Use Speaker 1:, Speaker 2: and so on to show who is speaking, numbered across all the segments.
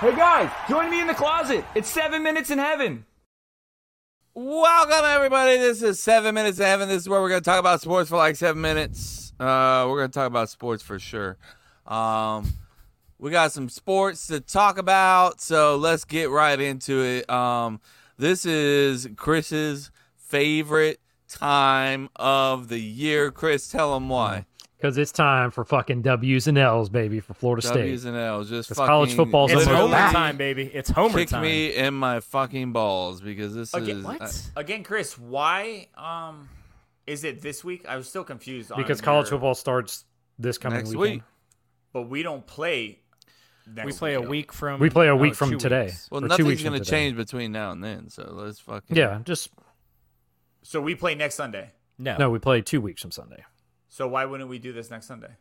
Speaker 1: Hey guys, join me in the closet. It's seven minutes in heaven.
Speaker 2: Welcome everybody. This is Seven Minutes to Heaven. This is where we're going to talk about sports for like seven minutes. Uh, we're going to talk about sports for sure. Um, we got some sports to talk about, so let's get right into it. Um, this is Chris's favorite time of the year. Chris, tell him
Speaker 3: Mm,
Speaker 2: why.
Speaker 3: Because it's time for fucking W's and L's, baby, for Florida
Speaker 2: W's
Speaker 3: State.
Speaker 2: and L's. Just
Speaker 3: It's college
Speaker 2: fucking
Speaker 3: football's
Speaker 4: It's
Speaker 3: Someone
Speaker 4: Homer
Speaker 3: back.
Speaker 4: time, baby. It's Homer
Speaker 2: Kick
Speaker 4: time.
Speaker 2: me in my fucking balls because this
Speaker 5: Again,
Speaker 2: is uh,
Speaker 5: what?
Speaker 2: I-
Speaker 5: Again, Chris, why um is it this week? I was still confused on
Speaker 3: Because college
Speaker 5: your-
Speaker 3: football starts this coming
Speaker 2: next
Speaker 3: weekend.
Speaker 2: week.
Speaker 5: but we don't play next
Speaker 4: We play a week from.
Speaker 3: We play a week
Speaker 4: oh,
Speaker 3: from
Speaker 4: two
Speaker 3: today.
Speaker 4: weeks.
Speaker 2: Well,
Speaker 3: or two
Speaker 2: nothing's
Speaker 3: weeks from
Speaker 2: going to
Speaker 3: today.
Speaker 2: change between now and then, so let's fucking
Speaker 3: Yeah, just
Speaker 5: So we play next Sunday.
Speaker 4: No.
Speaker 3: no. We play two weeks from Sunday.
Speaker 5: So why wouldn't we do this next Sunday?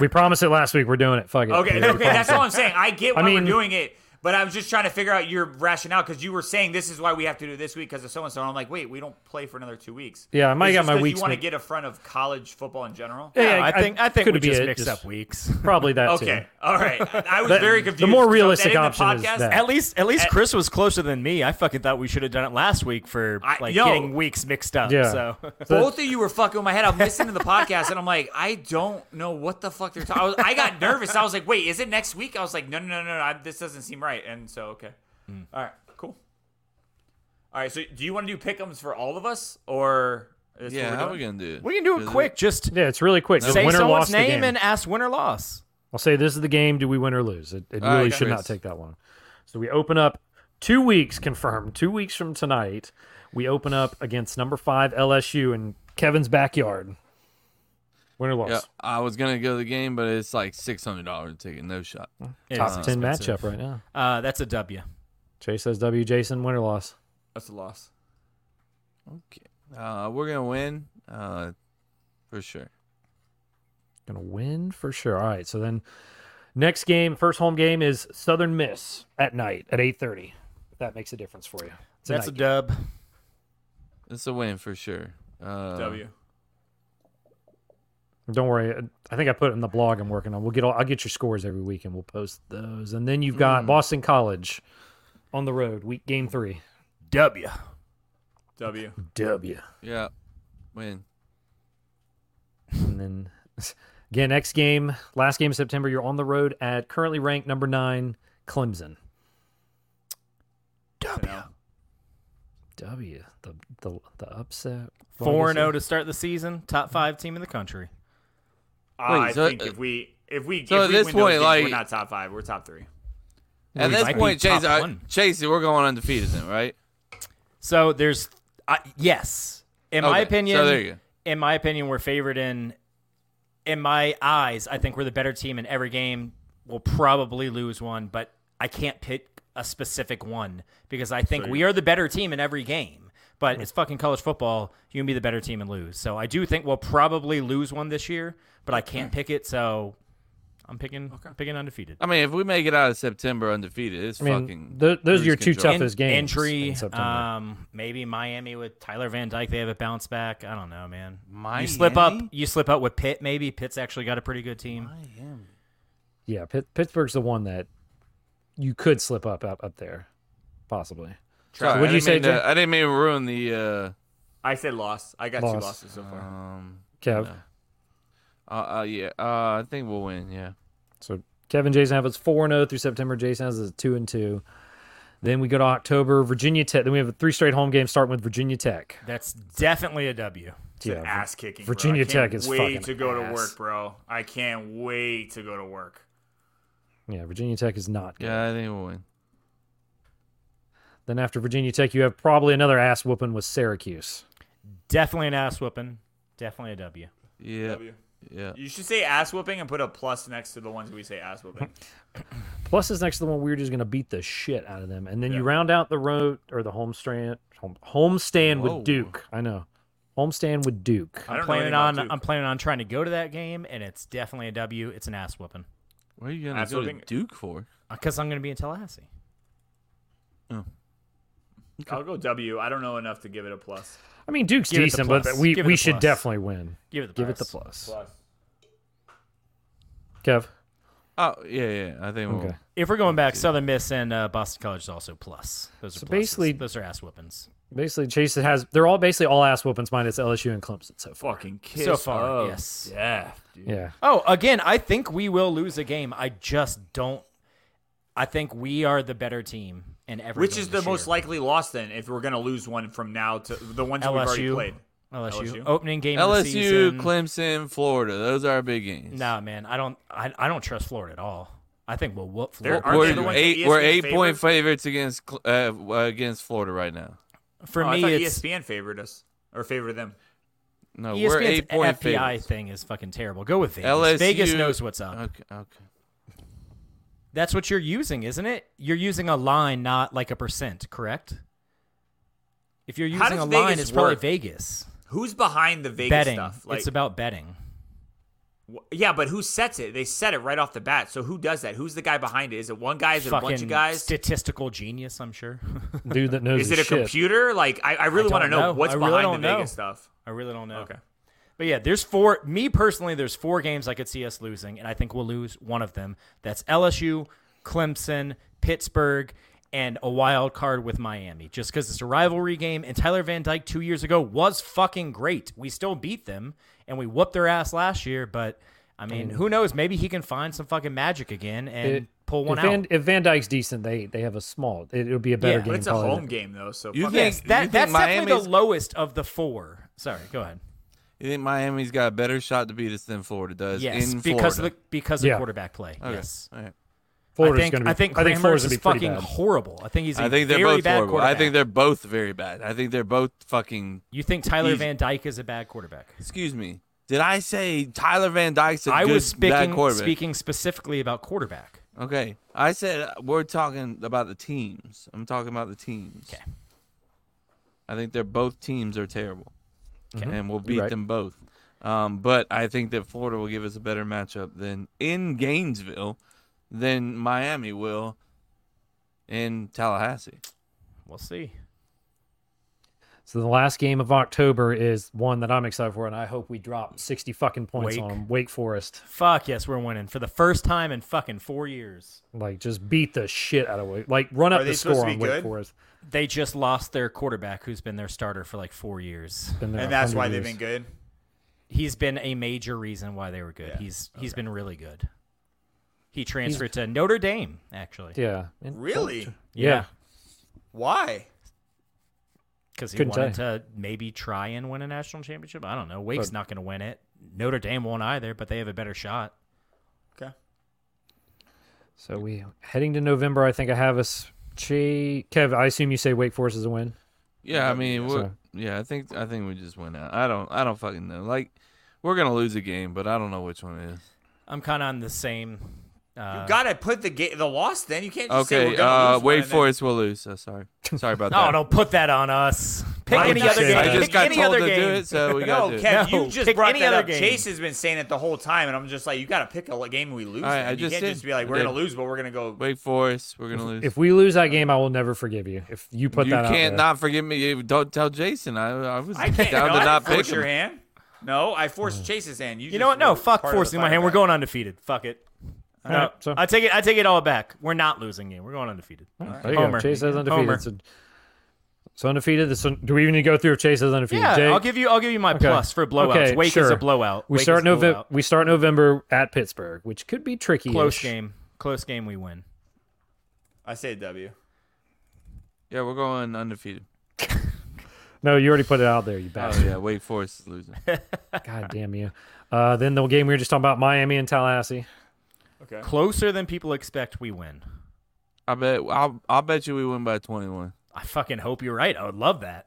Speaker 3: we promised it last week. We're doing it. Fuck it.
Speaker 5: Okay,
Speaker 3: Yeah, we
Speaker 5: okay,
Speaker 3: promised
Speaker 5: that's
Speaker 3: it.
Speaker 5: all I'm saying. I get
Speaker 3: I
Speaker 5: why
Speaker 3: mean-
Speaker 5: we're doing it, but I was just trying to figure out your rationale because you were saying this is why we have to do this week because of so and so. I'm like, wait, we don't play for another two weeks.
Speaker 3: Yeah, I might
Speaker 5: It's
Speaker 3: got
Speaker 5: just
Speaker 3: my
Speaker 5: 'cause
Speaker 3: weeks
Speaker 5: You want to
Speaker 3: mi-
Speaker 5: get in front of college football in general?
Speaker 3: Yeah,
Speaker 4: No, I think I think
Speaker 3: could
Speaker 4: we
Speaker 3: be
Speaker 4: just
Speaker 3: it,
Speaker 4: mix
Speaker 3: just-
Speaker 4: up weeks.
Speaker 3: Probably that. too.
Speaker 5: Okay, all right. I was
Speaker 3: That-
Speaker 5: very
Speaker 3: the
Speaker 5: confused.
Speaker 3: more
Speaker 5: So that
Speaker 3: realistic
Speaker 5: in the
Speaker 3: option is
Speaker 5: podcast,
Speaker 3: that.
Speaker 4: At least at least
Speaker 5: At-
Speaker 4: Chris was closer than me. I fucking thought we should have done it last week for
Speaker 5: I-
Speaker 4: like
Speaker 5: yo.
Speaker 4: getting weeks mixed up.
Speaker 3: Yeah.
Speaker 4: So
Speaker 5: Both of you were fucking with my head. I'm listening to the podcast and I'm like, I don't know what the fuck they're talking. I, was- I got nervous. I was like, wait, is it next week? I was like, no, no, no, no, no. I, this doesn't seem right. And so, okay,
Speaker 2: Hmm.
Speaker 5: all right, cool. All right, so do you want to do pickums for all of us or? Is
Speaker 2: Yeah,
Speaker 5: what
Speaker 2: how
Speaker 5: we're
Speaker 2: we
Speaker 5: doing?
Speaker 2: gonna do it?
Speaker 4: we can do it
Speaker 2: Because
Speaker 4: quick. Just
Speaker 3: Yeah, it's really quick.
Speaker 4: say
Speaker 3: win or loss
Speaker 4: someone's
Speaker 3: the
Speaker 4: name
Speaker 3: game.
Speaker 4: and ask win or loss.
Speaker 3: I'll say this is the game. Do we win or lose? It, it
Speaker 2: All right,
Speaker 3: really should not
Speaker 2: Chris.
Speaker 3: take that long. So we open up two weeks confirmed. Two weeks from tonight, we open up against number five LSU in Kevin's backyard. Win or loss?
Speaker 2: Yeah, I was gonna go to the game, but it's like six hundred dollar ticket, no shot.
Speaker 4: It
Speaker 3: Top
Speaker 4: is
Speaker 3: ten
Speaker 4: expensive.
Speaker 3: matchup right now.
Speaker 4: Uh, that's a W.
Speaker 3: Chase says W. Jason, win or loss?
Speaker 5: That's a loss.
Speaker 2: Okay, uh, we're gonna win, uh, for sure.
Speaker 3: Gonna win for sure. All right. So then, next game, first home game is Southern Miss at night at eight thirty. If that makes a difference for you. It's a
Speaker 4: That's a
Speaker 3: night
Speaker 4: dub.
Speaker 2: It's a win for sure. Uh,
Speaker 5: W.
Speaker 3: Don't worry. I think I put it in the blog I'm working on. We'll get all, I'll get your scores every week and we'll post those. And then you've
Speaker 4: Mm.
Speaker 3: got Boston College on the road, week game three.
Speaker 4: W.
Speaker 5: W.
Speaker 3: W.
Speaker 2: Yeah, win.
Speaker 3: And then again, next game, last game of September, you're on the road at currently ranked number nine, Clemson.
Speaker 4: W.
Speaker 3: W. The the, the upset.
Speaker 4: Four and zero to start the season. Top five team in the country.
Speaker 5: I
Speaker 2: so-
Speaker 5: think if we if we
Speaker 2: so
Speaker 5: if
Speaker 2: at
Speaker 5: we
Speaker 2: this
Speaker 5: win those
Speaker 2: point,
Speaker 5: games,
Speaker 2: like-
Speaker 5: we're not top five, we're top three.
Speaker 2: At
Speaker 4: We
Speaker 2: this
Speaker 4: might be
Speaker 2: point,
Speaker 4: top
Speaker 2: Chase, I,
Speaker 4: one.
Speaker 2: Chase, we're going undefeated then, right?
Speaker 4: So there's, I yes, in my
Speaker 2: Okay,
Speaker 4: opinion,
Speaker 2: so there you go.
Speaker 4: in my opinion, we're favored in, in my eyes, I think we're the better team in every game. We'll probably lose one, but I can't pick a specific one because I think we are the better team in every game.
Speaker 2: Hmm.
Speaker 4: But it's fucking college football. You can be the better team and lose. So I do think we'll probably lose one this year, but I can't pick it. So I'm picking, I'm picking undefeated.
Speaker 2: I mean, if we make it out of September undefeated, it's
Speaker 3: I mean,
Speaker 2: fucking.
Speaker 3: tho- those are
Speaker 2: cruise
Speaker 3: your two
Speaker 2: control.
Speaker 4: En-
Speaker 3: toughest games.
Speaker 4: Entry,
Speaker 3: in September.
Speaker 4: um, maybe Miami with Tyler Van Dyke. They have a bounce back. I don't know, man. You slip up.
Speaker 2: Miami?
Speaker 4: You slip up with Pitt. Maybe Pitt's actually got a pretty good team.
Speaker 3: yeah, Pitt, Pittsburgh's the one that you could slip up up, up there, possibly.
Speaker 2: Sorry,
Speaker 3: what'd
Speaker 2: I
Speaker 3: you
Speaker 2: didn't
Speaker 3: say,
Speaker 2: mean to-
Speaker 3: Jay?
Speaker 2: I didn't mean to ruin the.
Speaker 5: I said loss. I got
Speaker 3: Loss.
Speaker 5: two losses so
Speaker 2: Uh,
Speaker 5: far.
Speaker 2: um,
Speaker 3: Kev.
Speaker 2: uh, uh, yeah, uh, I think we'll win. Yeah.
Speaker 3: So Kevin Jason Havlic's four and zero through September. Jason has is two and two. Then we go to October. Virginia Tech. Then we have three straight home games starting with Virginia Tech.
Speaker 4: That's definitely a W.
Speaker 5: It's an ass kicking. bro. I
Speaker 3: Virginia
Speaker 5: can't
Speaker 3: Tech is fucking
Speaker 5: wait to go
Speaker 3: ass.
Speaker 5: to work, bro. I can't wait to go to work.
Speaker 3: yeah, Virginia Tech is not. Good.
Speaker 2: Yeah, I think we'll win.
Speaker 3: Then after Virginia Tech, you have probably another ass whooping with Syracuse.
Speaker 4: Definitely an ass whooping. Definitely a W.
Speaker 2: Yeah. Yeah.
Speaker 5: You should say ass whooping and put a plus next to the ones we say ass whooping.
Speaker 3: Plus, is next to the one we're just going to beat the shit out of them, and then you round out the road or the home stand home, home stand
Speaker 2: Whoa.
Speaker 3: with Duke. I know, home stand with Duke.
Speaker 5: I don't
Speaker 4: I'm
Speaker 5: know
Speaker 4: planning
Speaker 5: anything about
Speaker 4: on.
Speaker 5: Duke.
Speaker 4: I'm planning on trying to go to that game, and it's definitely a W. It's an ass whooping
Speaker 2: What are you gonna
Speaker 5: That's
Speaker 2: go
Speaker 5: what
Speaker 2: to
Speaker 5: I think-
Speaker 2: Duke for?
Speaker 4: because I'm going to be in Tallahassee.
Speaker 5: I'll go W. I don't know enough to give it a plus.
Speaker 3: I mean, Duke's
Speaker 4: Give it the
Speaker 3: decent, but
Speaker 4: plus.
Speaker 3: we
Speaker 4: Give it
Speaker 3: we
Speaker 4: the
Speaker 3: should
Speaker 4: plus.
Speaker 3: definitely win.
Speaker 4: Give it the
Speaker 3: Give it the
Speaker 4: plus.
Speaker 3: plus.
Speaker 5: Plus.
Speaker 3: Kev,
Speaker 2: Oh yeah, yeah. I think we'll,
Speaker 3: Okay.
Speaker 4: If we're going back, Southern Miss and uh, Boston College is also plus. Those are
Speaker 3: So
Speaker 4: pluses.
Speaker 3: basically-
Speaker 4: those are ass whoopings.
Speaker 3: Basically, Chase has they're all basically all ass whoopings minus LSU and Clemson so far.
Speaker 5: Fucking kiss.
Speaker 4: So far,
Speaker 5: of
Speaker 4: yes.
Speaker 5: Death, dude.
Speaker 3: Yeah,
Speaker 4: Oh, again, I think we will lose a game. I just don't. I think we are the better team in every.
Speaker 5: Which
Speaker 4: game
Speaker 5: is the
Speaker 4: this
Speaker 5: most
Speaker 4: year.
Speaker 5: likely loss then if we're gonna lose one from now to the ones we've already
Speaker 4: LSU.
Speaker 5: played.
Speaker 4: LSU.
Speaker 5: LSU?
Speaker 4: opening game. Of the
Speaker 2: LSU,
Speaker 4: season.
Speaker 2: Clemson, Florida. Those are our big games.
Speaker 4: Nah, man, I don't. I, I don't trust Florida at all. I think we'll whoop
Speaker 5: They're-
Speaker 4: Florida.
Speaker 5: aren't
Speaker 2: we're
Speaker 5: they the ones that
Speaker 2: eight. We're
Speaker 5: ESPN
Speaker 2: eight
Speaker 5: favored?
Speaker 2: point favorites against Cl- uh, uh, against Florida right now.
Speaker 4: For
Speaker 5: Oh, I
Speaker 4: me,
Speaker 5: thought
Speaker 4: it's
Speaker 5: ESPN favored us or favored them.
Speaker 2: No, we're
Speaker 4: ESPN's
Speaker 2: eight point
Speaker 4: FPI
Speaker 2: favorites.
Speaker 4: thing is fucking terrible. Go with Vegas.
Speaker 2: LSU
Speaker 4: Vegas knows what's up.
Speaker 2: Okay, okay.
Speaker 4: That's what you're using, isn't it? You're using a line, not like a percent, correct? If you're
Speaker 5: How
Speaker 4: using a
Speaker 5: does
Speaker 4: line,
Speaker 5: Vegas
Speaker 4: it's probably
Speaker 5: work?
Speaker 4: Vegas.
Speaker 5: Who's behind the Vegas
Speaker 4: betting.
Speaker 5: stuff? Like,
Speaker 4: it's about betting.
Speaker 5: wh- yeah, but who sets it? They set it right off the bat. So who does that? Who's the guy behind it? Is it one guy? Is it a
Speaker 4: Fucking
Speaker 5: bunch of guys?
Speaker 4: statistical genius, I'm sure.
Speaker 3: dude that knows
Speaker 5: Is
Speaker 3: his
Speaker 5: it a
Speaker 3: shit.
Speaker 5: computer? Like, I, I really
Speaker 4: I
Speaker 5: want to
Speaker 4: don't
Speaker 5: know,
Speaker 4: know.
Speaker 5: what's
Speaker 4: I really
Speaker 5: behind
Speaker 4: don't
Speaker 5: the
Speaker 4: know.
Speaker 5: Vegas stuff.
Speaker 4: I really don't know.
Speaker 5: Okay.
Speaker 4: But yeah, there's four. Me personally, there's four games I could see us losing, and I think we'll lose one of them. That's LSU, Clemson, Pittsburgh, and a wild card with Miami, just because it's a rivalry game. And Tyler Van Dyke two years ago was fucking great. We still beat them, and we whooped their ass last year. But I mean, who knows? Maybe he can find some fucking magic again and
Speaker 3: It-
Speaker 4: pull one
Speaker 3: if
Speaker 4: out.
Speaker 3: Van, if Van Dyke's decent, they they have a small. It, it'll be a better
Speaker 4: Yeah.
Speaker 3: game.
Speaker 5: But it's a
Speaker 3: probably
Speaker 5: home
Speaker 3: than-
Speaker 5: game, though. So
Speaker 2: You
Speaker 5: fuck
Speaker 2: think-
Speaker 5: it.
Speaker 4: that, that's definitely
Speaker 2: Miami's-
Speaker 4: the lowest of the four. Sorry, go ahead.
Speaker 2: You think Miami's got a better shot to beat us than Florida does?
Speaker 4: Yes,
Speaker 2: in
Speaker 4: because of the
Speaker 2: Florida?
Speaker 4: because of
Speaker 3: Yeah.
Speaker 4: quarterback play. Yes.
Speaker 2: All right.
Speaker 3: Florida's
Speaker 4: I think
Speaker 3: gonna be,
Speaker 4: I think
Speaker 3: I think
Speaker 4: Kramer
Speaker 3: Florida's
Speaker 4: is
Speaker 3: gonna be pretty
Speaker 4: fucking
Speaker 3: bad.
Speaker 4: horrible. I think he's. I
Speaker 2: I think they're
Speaker 4: very
Speaker 2: both
Speaker 4: bad
Speaker 2: horrible. I think
Speaker 4: quarterback.
Speaker 2: they're both very bad. I think they're both fucking.
Speaker 4: You think Tyler
Speaker 2: Easy.
Speaker 4: Van Dyke is a bad quarterback?
Speaker 2: Excuse me. Did I say Tyler Van Dyke's a
Speaker 4: I
Speaker 2: good
Speaker 4: was
Speaker 2: bad
Speaker 4: speaking
Speaker 2: quarterback?
Speaker 4: speaking specifically about quarterback.
Speaker 2: Okay, I said uh, we're talking about the teams. I'm talking about the teams.
Speaker 4: Okay.
Speaker 2: I think they're both teams are terrible, and we'll beat
Speaker 3: right.
Speaker 2: them both. Um, but I think that Florida will give us a better matchup than in Gainesville than Miami will in Tallahassee.
Speaker 4: We'll see.
Speaker 3: So the last game of October is one that I'm excited for, and I hope we drop 60 fucking points
Speaker 4: Wake.
Speaker 3: on 'em. Wake Forest.
Speaker 4: Fuck yes, we're winning for the first time in fucking four years.
Speaker 3: Like just beat the shit out of Wake. Like run up
Speaker 5: Are they
Speaker 3: the
Speaker 5: supposed
Speaker 3: score
Speaker 5: to
Speaker 3: on
Speaker 5: be
Speaker 3: Wake
Speaker 5: good?
Speaker 3: Forest.
Speaker 4: They just lost their quarterback, who's been their starter for like four years.
Speaker 3: Been there
Speaker 5: and that's
Speaker 3: 100
Speaker 5: why they've
Speaker 3: years.
Speaker 5: been good.
Speaker 4: He's been a major reason why they were good. He's he's been really good. He transferred to Notre Dame actually.
Speaker 3: Yeah. And-
Speaker 5: Really?
Speaker 3: Yeah.
Speaker 5: Why?
Speaker 4: because he
Speaker 3: Couldn't
Speaker 4: wanted to maybe try and win a national championship. I don't know. Wake's not going to win it. Notre Dame won't either, but they have a better shot.
Speaker 5: Okay.
Speaker 3: So we heading to November. I think I have us. Che- Kev, I assume you say Wake Forest is a win.
Speaker 2: Yeah, I mean, we're,
Speaker 3: So-
Speaker 2: yeah, I think I think we just went out. I don't I don't fucking know. Like we're gonna lose a game, but I don't know which one it is.
Speaker 4: I'm kind of on the same. Uh,
Speaker 5: You gotta put the ga- the loss. Then you can't just say
Speaker 2: Okay,
Speaker 5: we're gonna
Speaker 2: uh,
Speaker 5: lose
Speaker 2: Wake
Speaker 5: one and then-
Speaker 2: Forest will lose. So sorry, sorry about that.
Speaker 4: oh, don't put that on us. Pick
Speaker 3: I
Speaker 4: any
Speaker 3: just
Speaker 4: other
Speaker 3: said-
Speaker 4: game.
Speaker 3: I
Speaker 2: just
Speaker 4: Pick
Speaker 2: got
Speaker 4: any
Speaker 2: told
Speaker 4: other
Speaker 2: to do
Speaker 4: game.
Speaker 2: it, so we
Speaker 5: No,
Speaker 2: gotta do it.
Speaker 5: Kev,
Speaker 4: No,
Speaker 5: you just
Speaker 4: pick
Speaker 5: brought
Speaker 4: any
Speaker 5: that
Speaker 4: other
Speaker 5: up.
Speaker 4: game.
Speaker 5: Chase has been saying it the whole time, and I'm just like, you gotta pick a game we lose.
Speaker 2: All right,
Speaker 5: then.
Speaker 2: I
Speaker 5: you
Speaker 2: just
Speaker 5: can't
Speaker 2: did.
Speaker 5: just be like,
Speaker 2: I
Speaker 5: we're
Speaker 2: did.
Speaker 5: gonna lose, but we're gonna go.
Speaker 2: Wake Forest, we're gonna lose.
Speaker 3: If we lose that game, I will never forgive you. If you put
Speaker 2: you
Speaker 3: that out
Speaker 2: can't
Speaker 3: there.
Speaker 2: not forgive me. You Don't tell Jason. I, I was
Speaker 5: I can't.
Speaker 2: down
Speaker 5: no,
Speaker 2: to
Speaker 5: I
Speaker 2: not
Speaker 5: didn't
Speaker 2: pick
Speaker 5: force your
Speaker 2: him.
Speaker 5: hand. No, I forced Chase's hand. You,
Speaker 4: You know what? No, fuck forcing my hand. We're going undefeated. Fuck it. No,
Speaker 3: right, so-
Speaker 4: I take it. I take it all back. We're not losing game. We're going undefeated.
Speaker 3: There you go.
Speaker 4: Homer.
Speaker 3: Chase is undefeated.
Speaker 4: Homer.
Speaker 3: So, so undefeated. So do we even need to go through if Chase is undefeated?
Speaker 4: Yeah,
Speaker 3: Jake?
Speaker 4: I'll give you. I'll give you my
Speaker 3: Okay.
Speaker 4: plus for blowouts.
Speaker 3: Okay,
Speaker 4: Wake is
Speaker 3: sure.
Speaker 4: a blowout.
Speaker 3: We
Speaker 4: Wake
Speaker 3: start
Speaker 4: is a
Speaker 3: November.
Speaker 4: blowout.
Speaker 3: We start November at Pittsburgh, which could be tricky.
Speaker 4: Close game. Close game. We win.
Speaker 5: I say W.
Speaker 2: Yeah, we're going undefeated.
Speaker 3: No, you already put it out there. You
Speaker 2: Oh
Speaker 3: bastard.
Speaker 2: yeah, Wake Forest is losing.
Speaker 3: God damn you. Uh, then the game we were just talking about, Miami and Tallahassee.
Speaker 5: Okay.
Speaker 4: Closer than people expect. We win.
Speaker 2: I bet. I'll, I'll bet you we win by twenty-one.
Speaker 4: I fucking hope you're right. I would love that.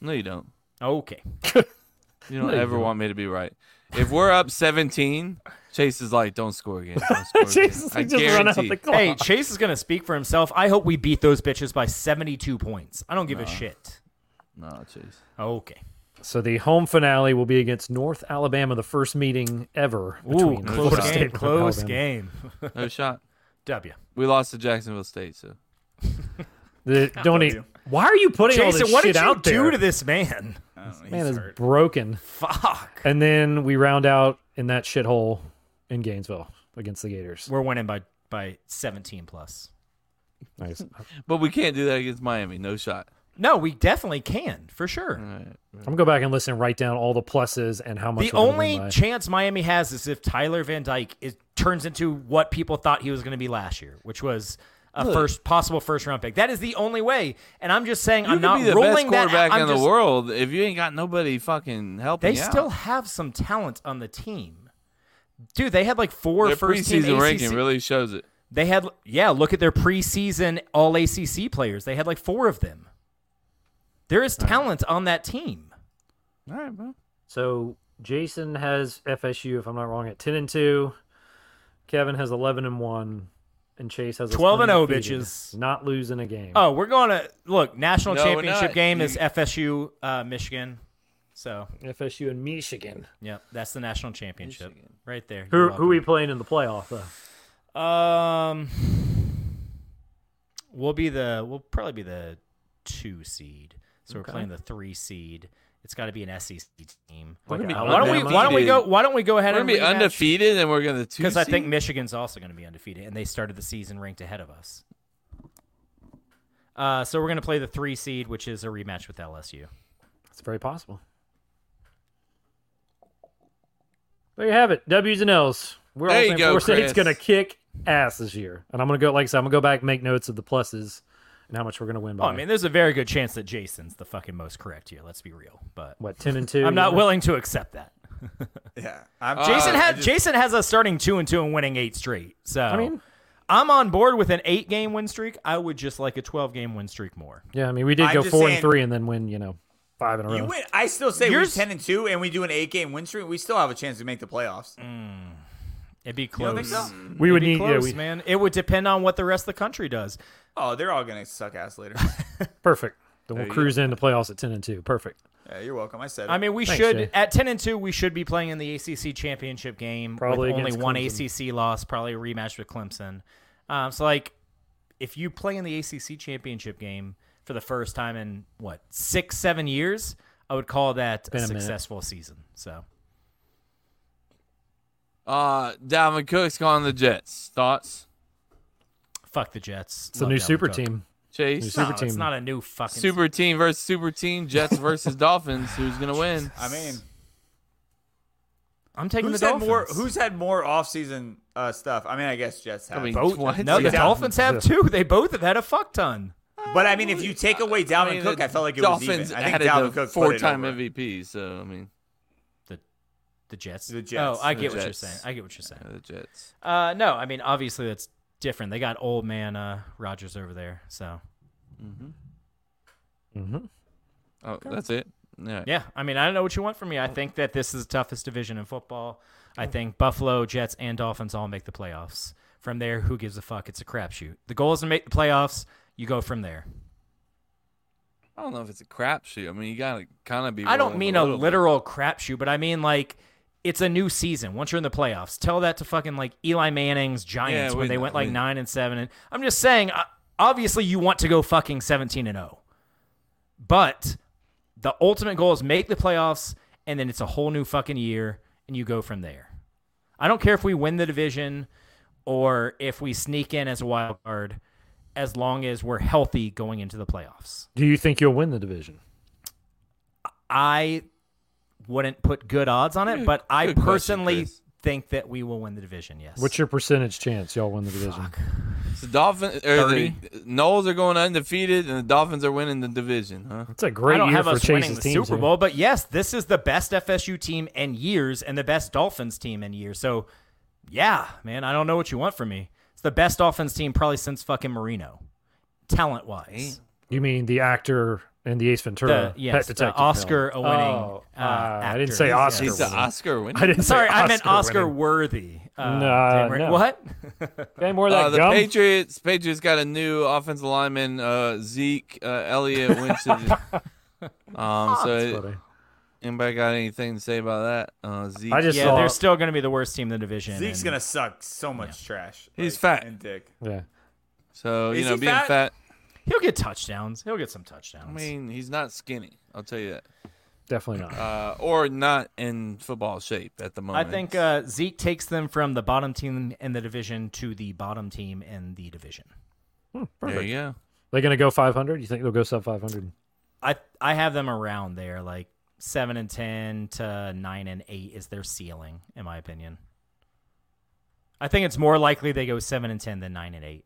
Speaker 2: No, you don't.
Speaker 4: Okay.
Speaker 2: You don't ever want me to be right. If we're up seventeen, Chase is like, "Don't score again." Don't score again."
Speaker 3: Jesus,
Speaker 2: I
Speaker 3: we just run out
Speaker 2: guarantee.
Speaker 3: the clock.
Speaker 4: Hey, Chase is going to speak for himself. I hope we beat those bitches by 72 points. I don't give a shit.
Speaker 2: No, Chase.
Speaker 4: Okay.
Speaker 3: So the home finale will be against North Alabama, the first meeting ever
Speaker 4: Ooh,
Speaker 3: between
Speaker 4: close
Speaker 3: Florida State and
Speaker 4: game.
Speaker 3: North
Speaker 4: Close
Speaker 3: Alabama.
Speaker 4: game.
Speaker 2: No shot.
Speaker 4: W.
Speaker 2: We lost to Jacksonville State, so
Speaker 3: The, don't e- Why are you putting all
Speaker 4: Jason,
Speaker 3: this
Speaker 4: what
Speaker 3: shit
Speaker 4: did you
Speaker 3: out there?
Speaker 4: do to this man?
Speaker 3: Man is broken.
Speaker 4: Fuck.
Speaker 3: And then we round out in that shithole in Gainesville. against the Gators.
Speaker 4: We're winning by by 17 plus.
Speaker 3: Nice.
Speaker 2: But we can't do that against Miami. No shot.
Speaker 4: No, we definitely can for sure.
Speaker 3: I'm gonna go back and listen and write down all the pluses and how much.
Speaker 4: The
Speaker 3: we're gonna
Speaker 4: only
Speaker 3: win by.
Speaker 4: chance Miami has is if Tyler Van Dyke is, turns into what people thought he was going to be last year, which was a first possible first round pick. That is the only way. And I'm just saying,
Speaker 2: You
Speaker 4: I'm
Speaker 2: could
Speaker 4: not
Speaker 2: be the best
Speaker 4: rolling that.
Speaker 2: quarterback
Speaker 4: I'm
Speaker 2: in
Speaker 4: just-
Speaker 2: the world if you ain't got nobody fucking helping.
Speaker 4: They
Speaker 2: you
Speaker 4: still
Speaker 2: out.
Speaker 4: have some talent on the team. Dude, they had like four
Speaker 2: their
Speaker 4: first team
Speaker 2: preseason
Speaker 4: ACC.
Speaker 2: ranking really shows it.
Speaker 4: They had yeah, look at their preseason all ACC players. They had like four of them. There is talent on that team.
Speaker 2: All right, bro.
Speaker 3: So Jason has FSU, if I'm not wrong, at ten and two. Kevin has eleven and one, and Chase has us
Speaker 4: 12 and 0,
Speaker 3: undefeated,
Speaker 4: bitches.
Speaker 3: Not losing a game.
Speaker 4: Oh, we're going to look, national
Speaker 2: No, we're
Speaker 4: championship
Speaker 2: not.
Speaker 4: game
Speaker 2: You-
Speaker 4: is FSU uh, Michigan. So,
Speaker 3: FSU and Michigan.
Speaker 4: yeah, that's the national championship right there.
Speaker 3: Who
Speaker 4: You're
Speaker 3: who we playing in the playoff though?
Speaker 4: welcome. um we'll be the we'll probably be the 2 seed. So we're playing the 3 seed. It's got to be an SEC team. Uh,
Speaker 3: Like
Speaker 2: gonna be
Speaker 3: Alabama?
Speaker 4: Why don't we why don't we go why don't we go ahead
Speaker 2: We're gonna
Speaker 4: and
Speaker 2: be
Speaker 4: rematch?
Speaker 2: undefeated, and we're gonna two.
Speaker 4: Because I think
Speaker 2: seed?
Speaker 4: Michigan's also going to be undefeated, and they started the season ranked ahead of us. Uh, so we're going to play the three seed, which is a rematch with LSU.
Speaker 3: It's very possible. There you have it. W's and L's. We're
Speaker 2: There
Speaker 3: all
Speaker 2: you
Speaker 3: saying
Speaker 2: go,
Speaker 3: Florida
Speaker 2: Chris.
Speaker 3: State's gonna kick ass this year, and I'm gonna go like I said, I'm gonna go back and make notes of the pluses and how much we're gonna win by.
Speaker 4: Oh, I mean, there's a very good chance that Jason's the fucking most correct here. Let's be real, but
Speaker 3: what ten and two?
Speaker 4: I'm not willing to accept that.
Speaker 5: Yeah. I'm,
Speaker 4: Jason
Speaker 2: Uh, I
Speaker 4: has
Speaker 2: just-
Speaker 4: Jason has us starting two and two and winning eight straight. So I
Speaker 3: mean-
Speaker 4: I'm on board with an eight game win streak. I would just like a 12 game win streak more.
Speaker 3: Yeah, I mean, we did
Speaker 5: I'm
Speaker 3: go
Speaker 5: just
Speaker 3: four
Speaker 5: saying-
Speaker 3: and three, and then win, you know, five in a row.
Speaker 5: you win. I still say
Speaker 4: Yours-
Speaker 5: we're ten and two, and we do an eight game win streak. We still have a chance to make the playoffs.
Speaker 4: It'd be
Speaker 5: You
Speaker 4: close.
Speaker 5: don't think so?
Speaker 3: we would
Speaker 4: It'd be
Speaker 3: need, yeah,
Speaker 4: close,
Speaker 3: we,
Speaker 4: man. It would depend on what the rest of the country does.
Speaker 5: Oh, they're all gonna suck ass later.
Speaker 3: perfect. Then we'll cruise in the playoffs at ten and two. Perfect.
Speaker 5: yeah, you're welcome. I said it.
Speaker 4: I mean, we
Speaker 3: Thanks,
Speaker 4: should
Speaker 3: Jay.
Speaker 4: at ten and two. We should be playing in the ACC championship game.
Speaker 3: Probably
Speaker 4: with only
Speaker 3: against
Speaker 4: one
Speaker 3: Clemson.
Speaker 4: ACC loss, probably a rematch with Clemson. Um, so like, if you play in the ACC championship game for the first time in what six, seven years, I would call that a,
Speaker 3: been a minute.
Speaker 4: successful season. So
Speaker 2: Uh, Dalvin Cook's gone to the Jets. Thoughts,
Speaker 4: fuck the Jets.
Speaker 3: It's a new super team.
Speaker 2: Chase?
Speaker 3: Super
Speaker 4: Super team. It's
Speaker 3: team.
Speaker 4: not a new fucking
Speaker 2: Super team versus super team. Jets versus Dolphins. Who's gonna win?
Speaker 5: I mean,
Speaker 4: I'm taking
Speaker 5: who's
Speaker 4: the
Speaker 5: had
Speaker 4: Dolphins.
Speaker 5: more? Who's had more off season uh, stuff? I mean, I guess Jets have.
Speaker 2: I mean,
Speaker 4: both?
Speaker 2: what?
Speaker 4: No, the
Speaker 2: Yeah.
Speaker 4: Dolphins have two. They both have had a fuck ton.
Speaker 5: But I mean, if you take away Dalvin
Speaker 2: mean,
Speaker 5: Cook,
Speaker 2: the
Speaker 5: I felt like it
Speaker 2: Dolphins
Speaker 5: was even. I think
Speaker 2: added
Speaker 5: Dalvin
Speaker 2: the
Speaker 5: Cook put it
Speaker 2: four-time
Speaker 5: over.
Speaker 2: MVP. So I mean,
Speaker 4: The Jets.
Speaker 5: The Jets.
Speaker 4: Oh, I
Speaker 5: The
Speaker 4: get what you're
Speaker 2: Jets.
Speaker 4: saying. I get what you're saying.
Speaker 2: the Jets.
Speaker 4: Uh, no, I mean obviously that's different. They got old man uh, Rogers over there, so
Speaker 2: Oh, that's it. Yeah.
Speaker 4: yeah. I mean I don't know what you want from me. I think that this is the toughest division in football. I think Buffalo, Jets, and Dolphins all make the playoffs. From there, who gives a fuck? It's a crapshoot. The goal is to make the playoffs. You go from there.
Speaker 2: I don't know if it's a crapshoot. I mean, you gotta kind of be.
Speaker 4: I don't
Speaker 2: rolling
Speaker 4: mean a
Speaker 2: little bit.
Speaker 4: literal crapshoot, but I mean like it's a new season. Once you're in the playoffs, tell that to fucking like Eli Manning's Giants
Speaker 2: we
Speaker 4: when they
Speaker 2: know,
Speaker 4: went like
Speaker 2: we-
Speaker 4: nine and seven. And I'm just saying, uh, obviously you want to go fucking seventeen and zero, but the ultimate goal is make the playoffs, and then it's a whole new fucking year, and you go from there. I don't care if we win the division or if we sneak in as a wild card, as long as we're healthy going into the playoffs.
Speaker 3: Do you think you'll win the division?
Speaker 4: I wouldn't put Hmm. good odds on it, but I
Speaker 2: good question,
Speaker 4: personally
Speaker 2: Chris.
Speaker 4: think that we will win the division. Yes.
Speaker 3: What's your percentage chance y'all win the division?
Speaker 2: It's the Dolphins. Or the
Speaker 4: 30?
Speaker 2: Knowles are going undefeated, and the Dolphins are winning the division, huh?
Speaker 3: It's a
Speaker 4: I
Speaker 3: great
Speaker 4: don't
Speaker 3: year
Speaker 4: have
Speaker 3: for
Speaker 4: us winning
Speaker 3: Chase's
Speaker 4: the
Speaker 3: team.
Speaker 4: Super Bowl, but yes, this is the best FSU team in years and the best Dolphins team in years. So, yeah, man, I don't know what you want from me. It's the best Dolphins team probably since fucking Marino, talent wise.
Speaker 3: You mean the actor and the Ace Ventura
Speaker 4: The yes,
Speaker 3: pet
Speaker 4: the
Speaker 3: detective?
Speaker 4: Oscar
Speaker 3: film.
Speaker 4: winning.
Speaker 3: Oh,
Speaker 4: uh,
Speaker 3: uh, I didn't
Speaker 4: actor.
Speaker 3: say Oscar.
Speaker 2: He's the
Speaker 3: winning.
Speaker 2: Oscar winner.
Speaker 3: I didn't. say
Speaker 4: Sorry, I meant Oscar
Speaker 3: winning.
Speaker 4: worthy. Uh,
Speaker 3: Nah,
Speaker 4: damn right.
Speaker 3: no.
Speaker 4: What?
Speaker 3: Okay, more of that
Speaker 2: Uh, the
Speaker 3: gum.
Speaker 2: Patriots. Patriots got a new offensive lineman. Uh, Zeke uh, Elliott went to. The, um. So
Speaker 3: That's funny.
Speaker 2: anybody got anything to say about that? Uh, Zeke.
Speaker 3: I just
Speaker 4: yeah,
Speaker 3: saw.
Speaker 4: they're still going to be the worst team in the division.
Speaker 5: Zeke's
Speaker 4: and-
Speaker 5: gonna suck so much trash.
Speaker 2: He's
Speaker 5: like,
Speaker 2: fat.
Speaker 5: and dick.
Speaker 3: yeah.
Speaker 2: so you
Speaker 5: Is
Speaker 2: know
Speaker 5: he
Speaker 2: being
Speaker 5: fat?
Speaker 2: fat.
Speaker 4: He'll get touchdowns. He'll get some touchdowns.
Speaker 2: I mean, he's not skinny. I'll tell you that.
Speaker 3: Definitely not.
Speaker 2: uh, or not in football shape at the
Speaker 4: I
Speaker 2: moment.
Speaker 4: think uh, Zeke takes them from the bottom team in the division to the bottom team in the division.
Speaker 2: there you go.
Speaker 3: They're going to go 500. You think they'll go sub 500?
Speaker 4: I I have them around there, like seven and ten to nine and eight is their ceiling, in my opinion. I think it's more likely they go seven and ten than nine and eight.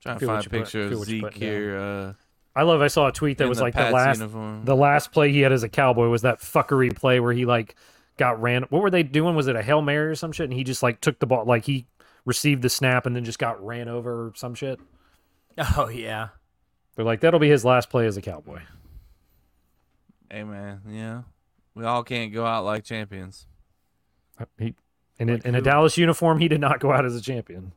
Speaker 2: Trying to
Speaker 3: Feel what
Speaker 2: find a
Speaker 3: you put-
Speaker 2: picture
Speaker 3: feel
Speaker 2: of
Speaker 3: what you
Speaker 2: Zeke
Speaker 3: put down.
Speaker 2: here. Uh,
Speaker 3: I love. I saw a tweet that
Speaker 2: In
Speaker 3: was
Speaker 2: the
Speaker 3: like
Speaker 2: Pats
Speaker 3: the last
Speaker 2: uniform.
Speaker 3: the last play he had as a Cowboy was that fuckery play where he like got ran. What were they doing? Was it a hail mary or some shit? And he just like took the ball, like he received the snap and then just got ran over or some shit.
Speaker 4: Oh yeah,
Speaker 3: They're like that'll be his last play as a Cowboy.
Speaker 2: hey man, yeah, we all can't go out like champions.
Speaker 3: He in, a, in a Dallas uniform, he did not go out as a champion.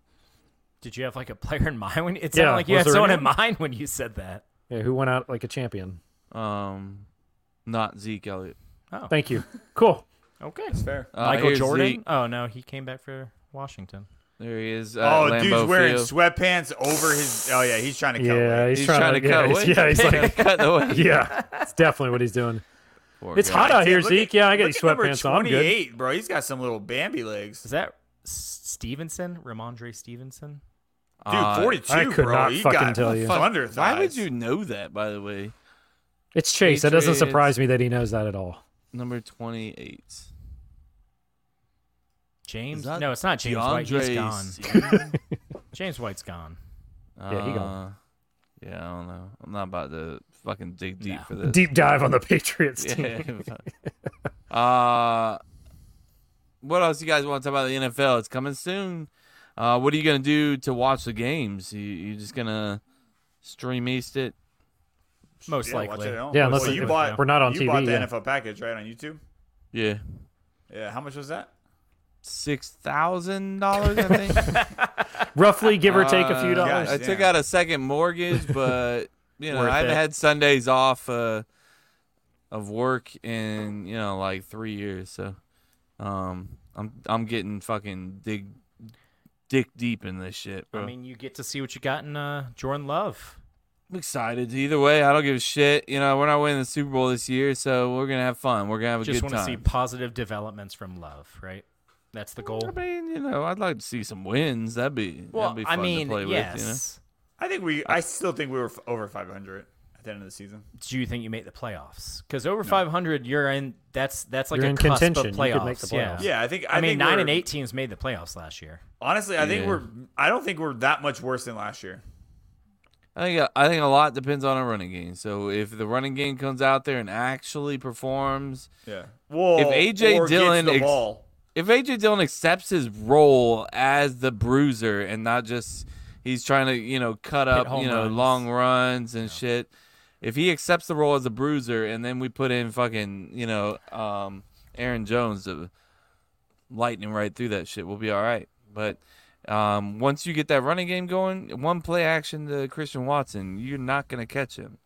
Speaker 4: Did you have like a player in mind? When, it
Speaker 3: Yeah,
Speaker 4: sounded like you
Speaker 3: was
Speaker 4: had
Speaker 3: there
Speaker 4: someone
Speaker 3: any-
Speaker 4: in mind when you said that.
Speaker 3: Yeah, who went out like a champion?
Speaker 2: Um, not Zeke Elliott.
Speaker 3: Thank you. Cool.
Speaker 4: Okay,
Speaker 5: Fair.
Speaker 2: Uh,
Speaker 4: Michael
Speaker 2: here's
Speaker 4: Jordan.
Speaker 2: Zeke.
Speaker 4: Oh no, he came back for Washington.
Speaker 2: There he is. At
Speaker 5: Oh,
Speaker 2: Uh, Lambeau
Speaker 5: dude's wearing
Speaker 2: Field.
Speaker 5: sweatpants over his. Oh yeah, he's trying to cut.
Speaker 3: Yeah,
Speaker 5: weight.
Speaker 3: he's,
Speaker 2: He's
Speaker 3: trying,
Speaker 2: trying
Speaker 3: to,
Speaker 2: to cut
Speaker 3: yeah, he's-
Speaker 2: weight.
Speaker 3: yeah, he's like
Speaker 2: Cut the way.
Speaker 3: yeah, it's definitely what he's doing.
Speaker 2: Poor
Speaker 3: It's
Speaker 2: guy.
Speaker 3: hot out here,
Speaker 5: Look at-
Speaker 3: Zeke. Yeah, I got
Speaker 5: look
Speaker 3: these
Speaker 5: at number
Speaker 3: sweatpants on. I'm good.
Speaker 5: 28, bro. He's got some little Bambi legs.
Speaker 4: Is that S- Stevenson? Ramondre Stevenson?
Speaker 2: Uh,
Speaker 5: Dude, 42,
Speaker 3: I could
Speaker 5: bro.
Speaker 3: not
Speaker 5: you
Speaker 3: fucking
Speaker 5: got
Speaker 3: tell you.
Speaker 5: Thunder
Speaker 2: Why would
Speaker 5: thighs.
Speaker 2: you know that? By the way,
Speaker 3: It's Chase. That doesn't
Speaker 2: Patriots.
Speaker 3: surprise me that he knows that at all.
Speaker 2: number twenty-eight.
Speaker 4: James?
Speaker 2: that
Speaker 4: No, it's not James White. He's gone.
Speaker 2: gone.
Speaker 4: James White's gone.
Speaker 3: Yeah, he gone.
Speaker 2: Uh, yeah, I don't know. I'm not about to fucking dig deep
Speaker 4: No.
Speaker 2: for this.
Speaker 3: Deep dive on the Patriots team.
Speaker 2: Yeah. uh, what else you guys want to talk about? The NFL. It's coming soon. Uh, what are you gonna do to watch the games? You you just gonna stream East it?
Speaker 4: Most
Speaker 5: Yeah, watch
Speaker 4: likely.
Speaker 5: it at home.
Speaker 3: Yeah,
Speaker 5: Well,
Speaker 3: unless
Speaker 5: you
Speaker 3: it-
Speaker 5: bought,
Speaker 3: we're not on
Speaker 5: you
Speaker 3: TV,
Speaker 5: bought the
Speaker 3: yeah.
Speaker 5: NFL package right on YouTube.
Speaker 2: Yeah,
Speaker 5: Yeah, how much was that?
Speaker 2: six thousand dollars. I think.
Speaker 3: Roughly, give or take a few
Speaker 2: Uh,
Speaker 3: dollars.
Speaker 2: I took
Speaker 5: Yeah.
Speaker 2: out a second mortgage, but you know,
Speaker 4: Worth
Speaker 2: I haven't
Speaker 4: it.
Speaker 2: had Sundays off uh, of work in you know like three years. So, um, I'm I'm getting fucking dig dick deep in this shit, bro.
Speaker 4: I mean, you get to see what you got in uh, Jordan Love.
Speaker 2: I'm excited. Either way, I don't give a shit. You know, we're not winning the Super Bowl this year, so we're gonna have fun. We're gonna have a
Speaker 4: Just
Speaker 2: good
Speaker 4: want to
Speaker 2: time.
Speaker 4: see positive developments from Love, right? That's the goal.
Speaker 2: I mean, you know, I'd like to see some wins. That'd be
Speaker 4: Well,
Speaker 2: that'd be
Speaker 4: I
Speaker 2: fun
Speaker 4: mean,
Speaker 2: to play
Speaker 4: yes.
Speaker 2: with. You know,
Speaker 5: I think we. I still think we were f- over 500 at the end of the season.
Speaker 4: Do you think you make the playoffs? Because over 500, you're in. That's that's like
Speaker 3: You're
Speaker 4: a
Speaker 3: in
Speaker 4: cusp
Speaker 3: contention. You
Speaker 4: of
Speaker 3: could
Speaker 4: playoffs.
Speaker 3: make the playoffs.
Speaker 5: Yeah, I think. I,
Speaker 4: I, mean,
Speaker 5: think
Speaker 4: nine
Speaker 5: we're-
Speaker 4: and eight teams made the playoffs last year.
Speaker 5: Honestly, I think
Speaker 2: Yeah.
Speaker 5: we're. I don't think we're that much worse than last year.
Speaker 2: I think I think a lot depends on our running game. So if the running game comes out there and actually performs,
Speaker 5: Yeah. Well,
Speaker 2: If A.J.
Speaker 5: or gets
Speaker 2: Dillon
Speaker 5: the
Speaker 2: ex-
Speaker 5: ball.
Speaker 2: if AJ Dillon accepts his role as the bruiser and not just he's trying to you know cut up
Speaker 4: home
Speaker 2: you know
Speaker 4: runs.
Speaker 2: long runs and shit, if he accepts the role as a bruiser and then we put in fucking you know um, Aaron Jones to lightning right through that shit, we'll be all right. But um, once you get that running game going, one play action to Christian Watson, you're not gonna catch him.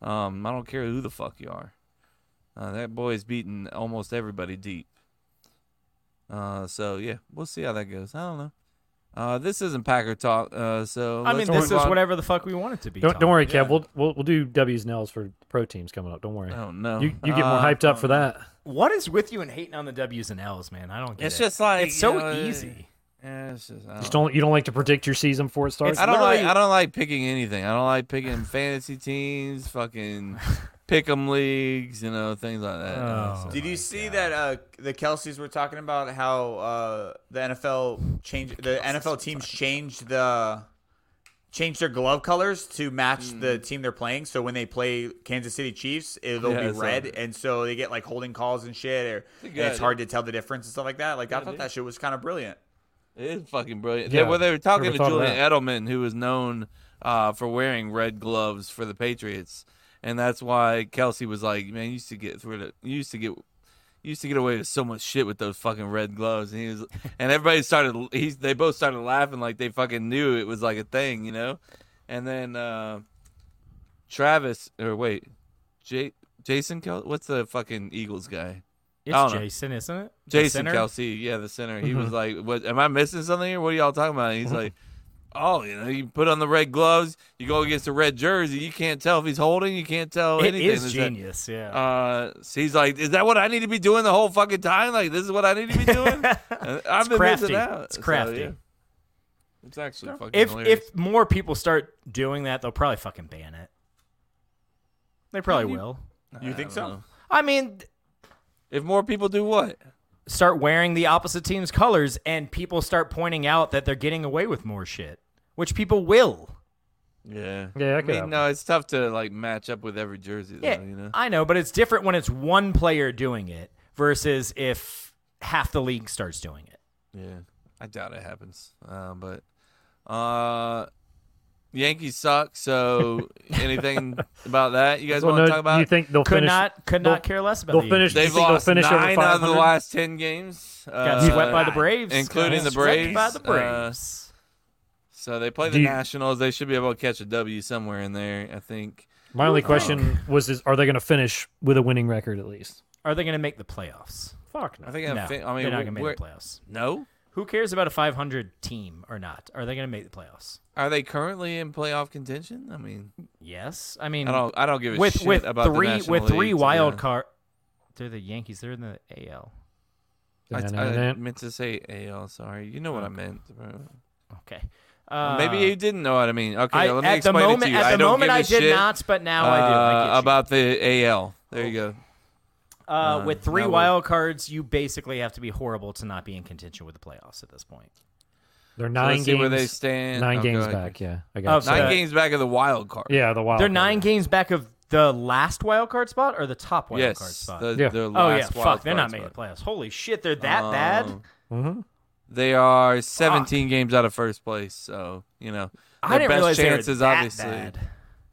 Speaker 2: Um, I don't care who the fuck you are. Uh, that boy is beating almost everybody deep. Uh, so yeah, we'll see how that goes. I don't know. Uh, this isn't Packer talk. Uh, so
Speaker 4: I mean,
Speaker 2: let's
Speaker 4: this
Speaker 2: move
Speaker 4: is
Speaker 2: on.
Speaker 4: whatever the fuck we want it to be.
Speaker 3: Don't,
Speaker 4: Tom.
Speaker 3: don't worry, Kev. We'll, we'll we'll do W's Nels for pro teams coming up. Don't worry.
Speaker 2: I don't know.
Speaker 3: You you get more
Speaker 2: Oh, Uh,
Speaker 3: hyped up for that.
Speaker 4: What is with you and hating on the W's and L's, man? I don't get
Speaker 2: It's
Speaker 4: it.
Speaker 2: just like
Speaker 4: it's
Speaker 2: you
Speaker 4: so
Speaker 2: know, it-
Speaker 4: easy.
Speaker 2: Yeah, it's just, I
Speaker 3: Just
Speaker 2: don't,
Speaker 3: don't you don't like to predict your season before it starts.
Speaker 2: I don't like.
Speaker 4: literally-
Speaker 2: I don't like picking anything. I don't like picking fantasy teams, fucking pick 'em leagues, you know, things like that.
Speaker 3: Oh,
Speaker 2: Uh, so-
Speaker 5: Did you see that uh, the Kelseys were talking about how uh, the NFL changed the NFL teams changed the changed their glove colors to match the team they're playing. So when they play Kansas City Chiefs, it'll
Speaker 2: Yeah, I
Speaker 5: be
Speaker 2: saw
Speaker 5: red,
Speaker 2: that.
Speaker 5: and so they get like holding calls and shit, or and
Speaker 2: good
Speaker 5: it's hard to tell the difference and stuff like that. Like I thought
Speaker 2: dude.
Speaker 5: that shit was kind of brilliant.
Speaker 2: It is fucking brilliant.
Speaker 3: Yeah,
Speaker 2: They, well, they were talking
Speaker 3: never
Speaker 2: to
Speaker 3: thought of
Speaker 2: Julian
Speaker 3: that.
Speaker 2: Edelman, who is known uh, for wearing red gloves for the Patriots, and that's why Kelsey was like, "Man, you used to get rid of, you used to get." you Used to get away with so much shit with those fucking red gloves, and he was, and everybody started. He's they both started laughing like they fucking knew it was like a thing, you know. And then uh, Travis, or wait, J- Jason, Kel- what's the fucking Eagles guy? I don't
Speaker 4: It's
Speaker 2: know.
Speaker 4: Jason, isn't it? The
Speaker 2: Jason
Speaker 4: center? Mm-hmm.
Speaker 2: Kelsey, yeah, the center. He was like, "What? Am I missing something here? What are y'all talking about?" And he's like, oh, you know, you put on the red gloves, you go against the red jersey, you can't tell if he's holding, you can't tell
Speaker 4: It
Speaker 2: anything.
Speaker 4: is
Speaker 2: that-
Speaker 4: genius. yeah.
Speaker 2: uh, so he's like, "Is that what I need to be doing the whole fucking time? Like, this is what I need to be doing." And I've been
Speaker 4: crafty.
Speaker 2: missing out.
Speaker 4: It's
Speaker 2: So,
Speaker 4: crafty.
Speaker 2: yeah. It's actually fucking
Speaker 4: if
Speaker 2: hilarious.
Speaker 4: if more people start doing that, they'll probably fucking ban it. They probably will.
Speaker 5: You think so?
Speaker 4: I mean,
Speaker 2: if more people do what?
Speaker 4: start wearing the opposite team's colors, and people start pointing out that they're getting away with more shit, which people will.
Speaker 2: Yeah.
Speaker 3: Yeah, that
Speaker 2: I
Speaker 3: could
Speaker 2: mean,
Speaker 3: happen.
Speaker 2: no, it's tough to like match up with every jersey, though. You know.
Speaker 4: I know, but it's different when it's one player doing it versus if half the league starts doing it.
Speaker 2: Yeah, I doubt it happens. Uh, but uh, Yankees suck. So anything about that you guys
Speaker 3: Well,
Speaker 2: want to
Speaker 3: no,
Speaker 2: talk about?
Speaker 3: do you think they'll
Speaker 4: Could
Speaker 3: finish?
Speaker 4: not, could not
Speaker 3: they'll-
Speaker 4: care less about.
Speaker 3: They'll
Speaker 4: the
Speaker 3: finish. do you
Speaker 2: They've
Speaker 3: think they'll
Speaker 2: lost
Speaker 3: finish over
Speaker 2: nine out of the
Speaker 3: 500?
Speaker 2: last ten games.
Speaker 4: Yankees. Got swept by the Braves,
Speaker 2: Uh, including
Speaker 4: Got
Speaker 2: the
Speaker 4: swept by
Speaker 2: Braves,
Speaker 4: the
Speaker 2: uh,
Speaker 4: Braves.
Speaker 2: So they play
Speaker 3: Do
Speaker 2: the
Speaker 3: you-
Speaker 2: Nationals. They should be able to catch a W somewhere in there, I think.
Speaker 3: My only question was: Is are they going to finish with a winning record at least?
Speaker 4: Are they going to make the playoffs?
Speaker 3: Fuck no.
Speaker 2: I think.
Speaker 4: No,
Speaker 2: I, think, I mean,
Speaker 4: they're not going to
Speaker 2: we're-
Speaker 4: make the playoffs.
Speaker 2: No,
Speaker 4: Who cares about a 500 team or not? Are they going to make the playoffs?
Speaker 2: are they currently in playoff contention? I mean,
Speaker 4: Yes, I mean
Speaker 2: I don't. I don't give a
Speaker 4: with
Speaker 2: shit
Speaker 4: with
Speaker 2: about
Speaker 4: three
Speaker 2: the National
Speaker 4: with three
Speaker 2: League, to be
Speaker 4: wild
Speaker 2: honest.
Speaker 4: card. They're the Yankees. They're in the AL.
Speaker 2: I, I meant to say AL. Sorry, you know what I meant. bro.
Speaker 4: Okay. Uh,
Speaker 2: Maybe you didn't know what I mean. Okay,
Speaker 4: I,
Speaker 2: let me
Speaker 4: at the
Speaker 2: explain
Speaker 4: moment,
Speaker 2: it to you.
Speaker 4: at the
Speaker 2: I don't
Speaker 4: moment,
Speaker 2: give a
Speaker 4: I did
Speaker 2: shit,
Speaker 4: not, but now I do. I
Speaker 2: uh,
Speaker 4: get you.
Speaker 2: about the AL. There you go.
Speaker 4: Uh, with three
Speaker 2: now we're-
Speaker 4: wild cards, you basically have to be horrible to not be in contention with the playoffs at this point.
Speaker 3: They're
Speaker 2: So
Speaker 3: nine
Speaker 2: let's see
Speaker 3: games.
Speaker 2: where they stand.
Speaker 3: Nine
Speaker 2: Oh, go
Speaker 3: games
Speaker 2: ahead.
Speaker 3: back. Yeah, I got
Speaker 4: so-
Speaker 2: Nine
Speaker 4: Uh,
Speaker 2: games back of the wild card.
Speaker 3: Yeah, the wild.
Speaker 4: They're
Speaker 3: card.
Speaker 4: nine games back of the last wild card spot or the top wild
Speaker 2: Yes.
Speaker 4: card spot.
Speaker 2: The,
Speaker 3: Yeah.
Speaker 2: the
Speaker 4: oh yeah,
Speaker 2: last wild
Speaker 4: fuck, they're
Speaker 2: card
Speaker 4: not making
Speaker 2: spot. Um,
Speaker 4: the playoffs. Holy shit, they're that bad.
Speaker 2: They are 17 games out of first place, so you know
Speaker 4: I
Speaker 2: their
Speaker 4: didn't
Speaker 2: best
Speaker 4: realize
Speaker 2: chances,
Speaker 4: they were that
Speaker 2: obviously,
Speaker 4: bad.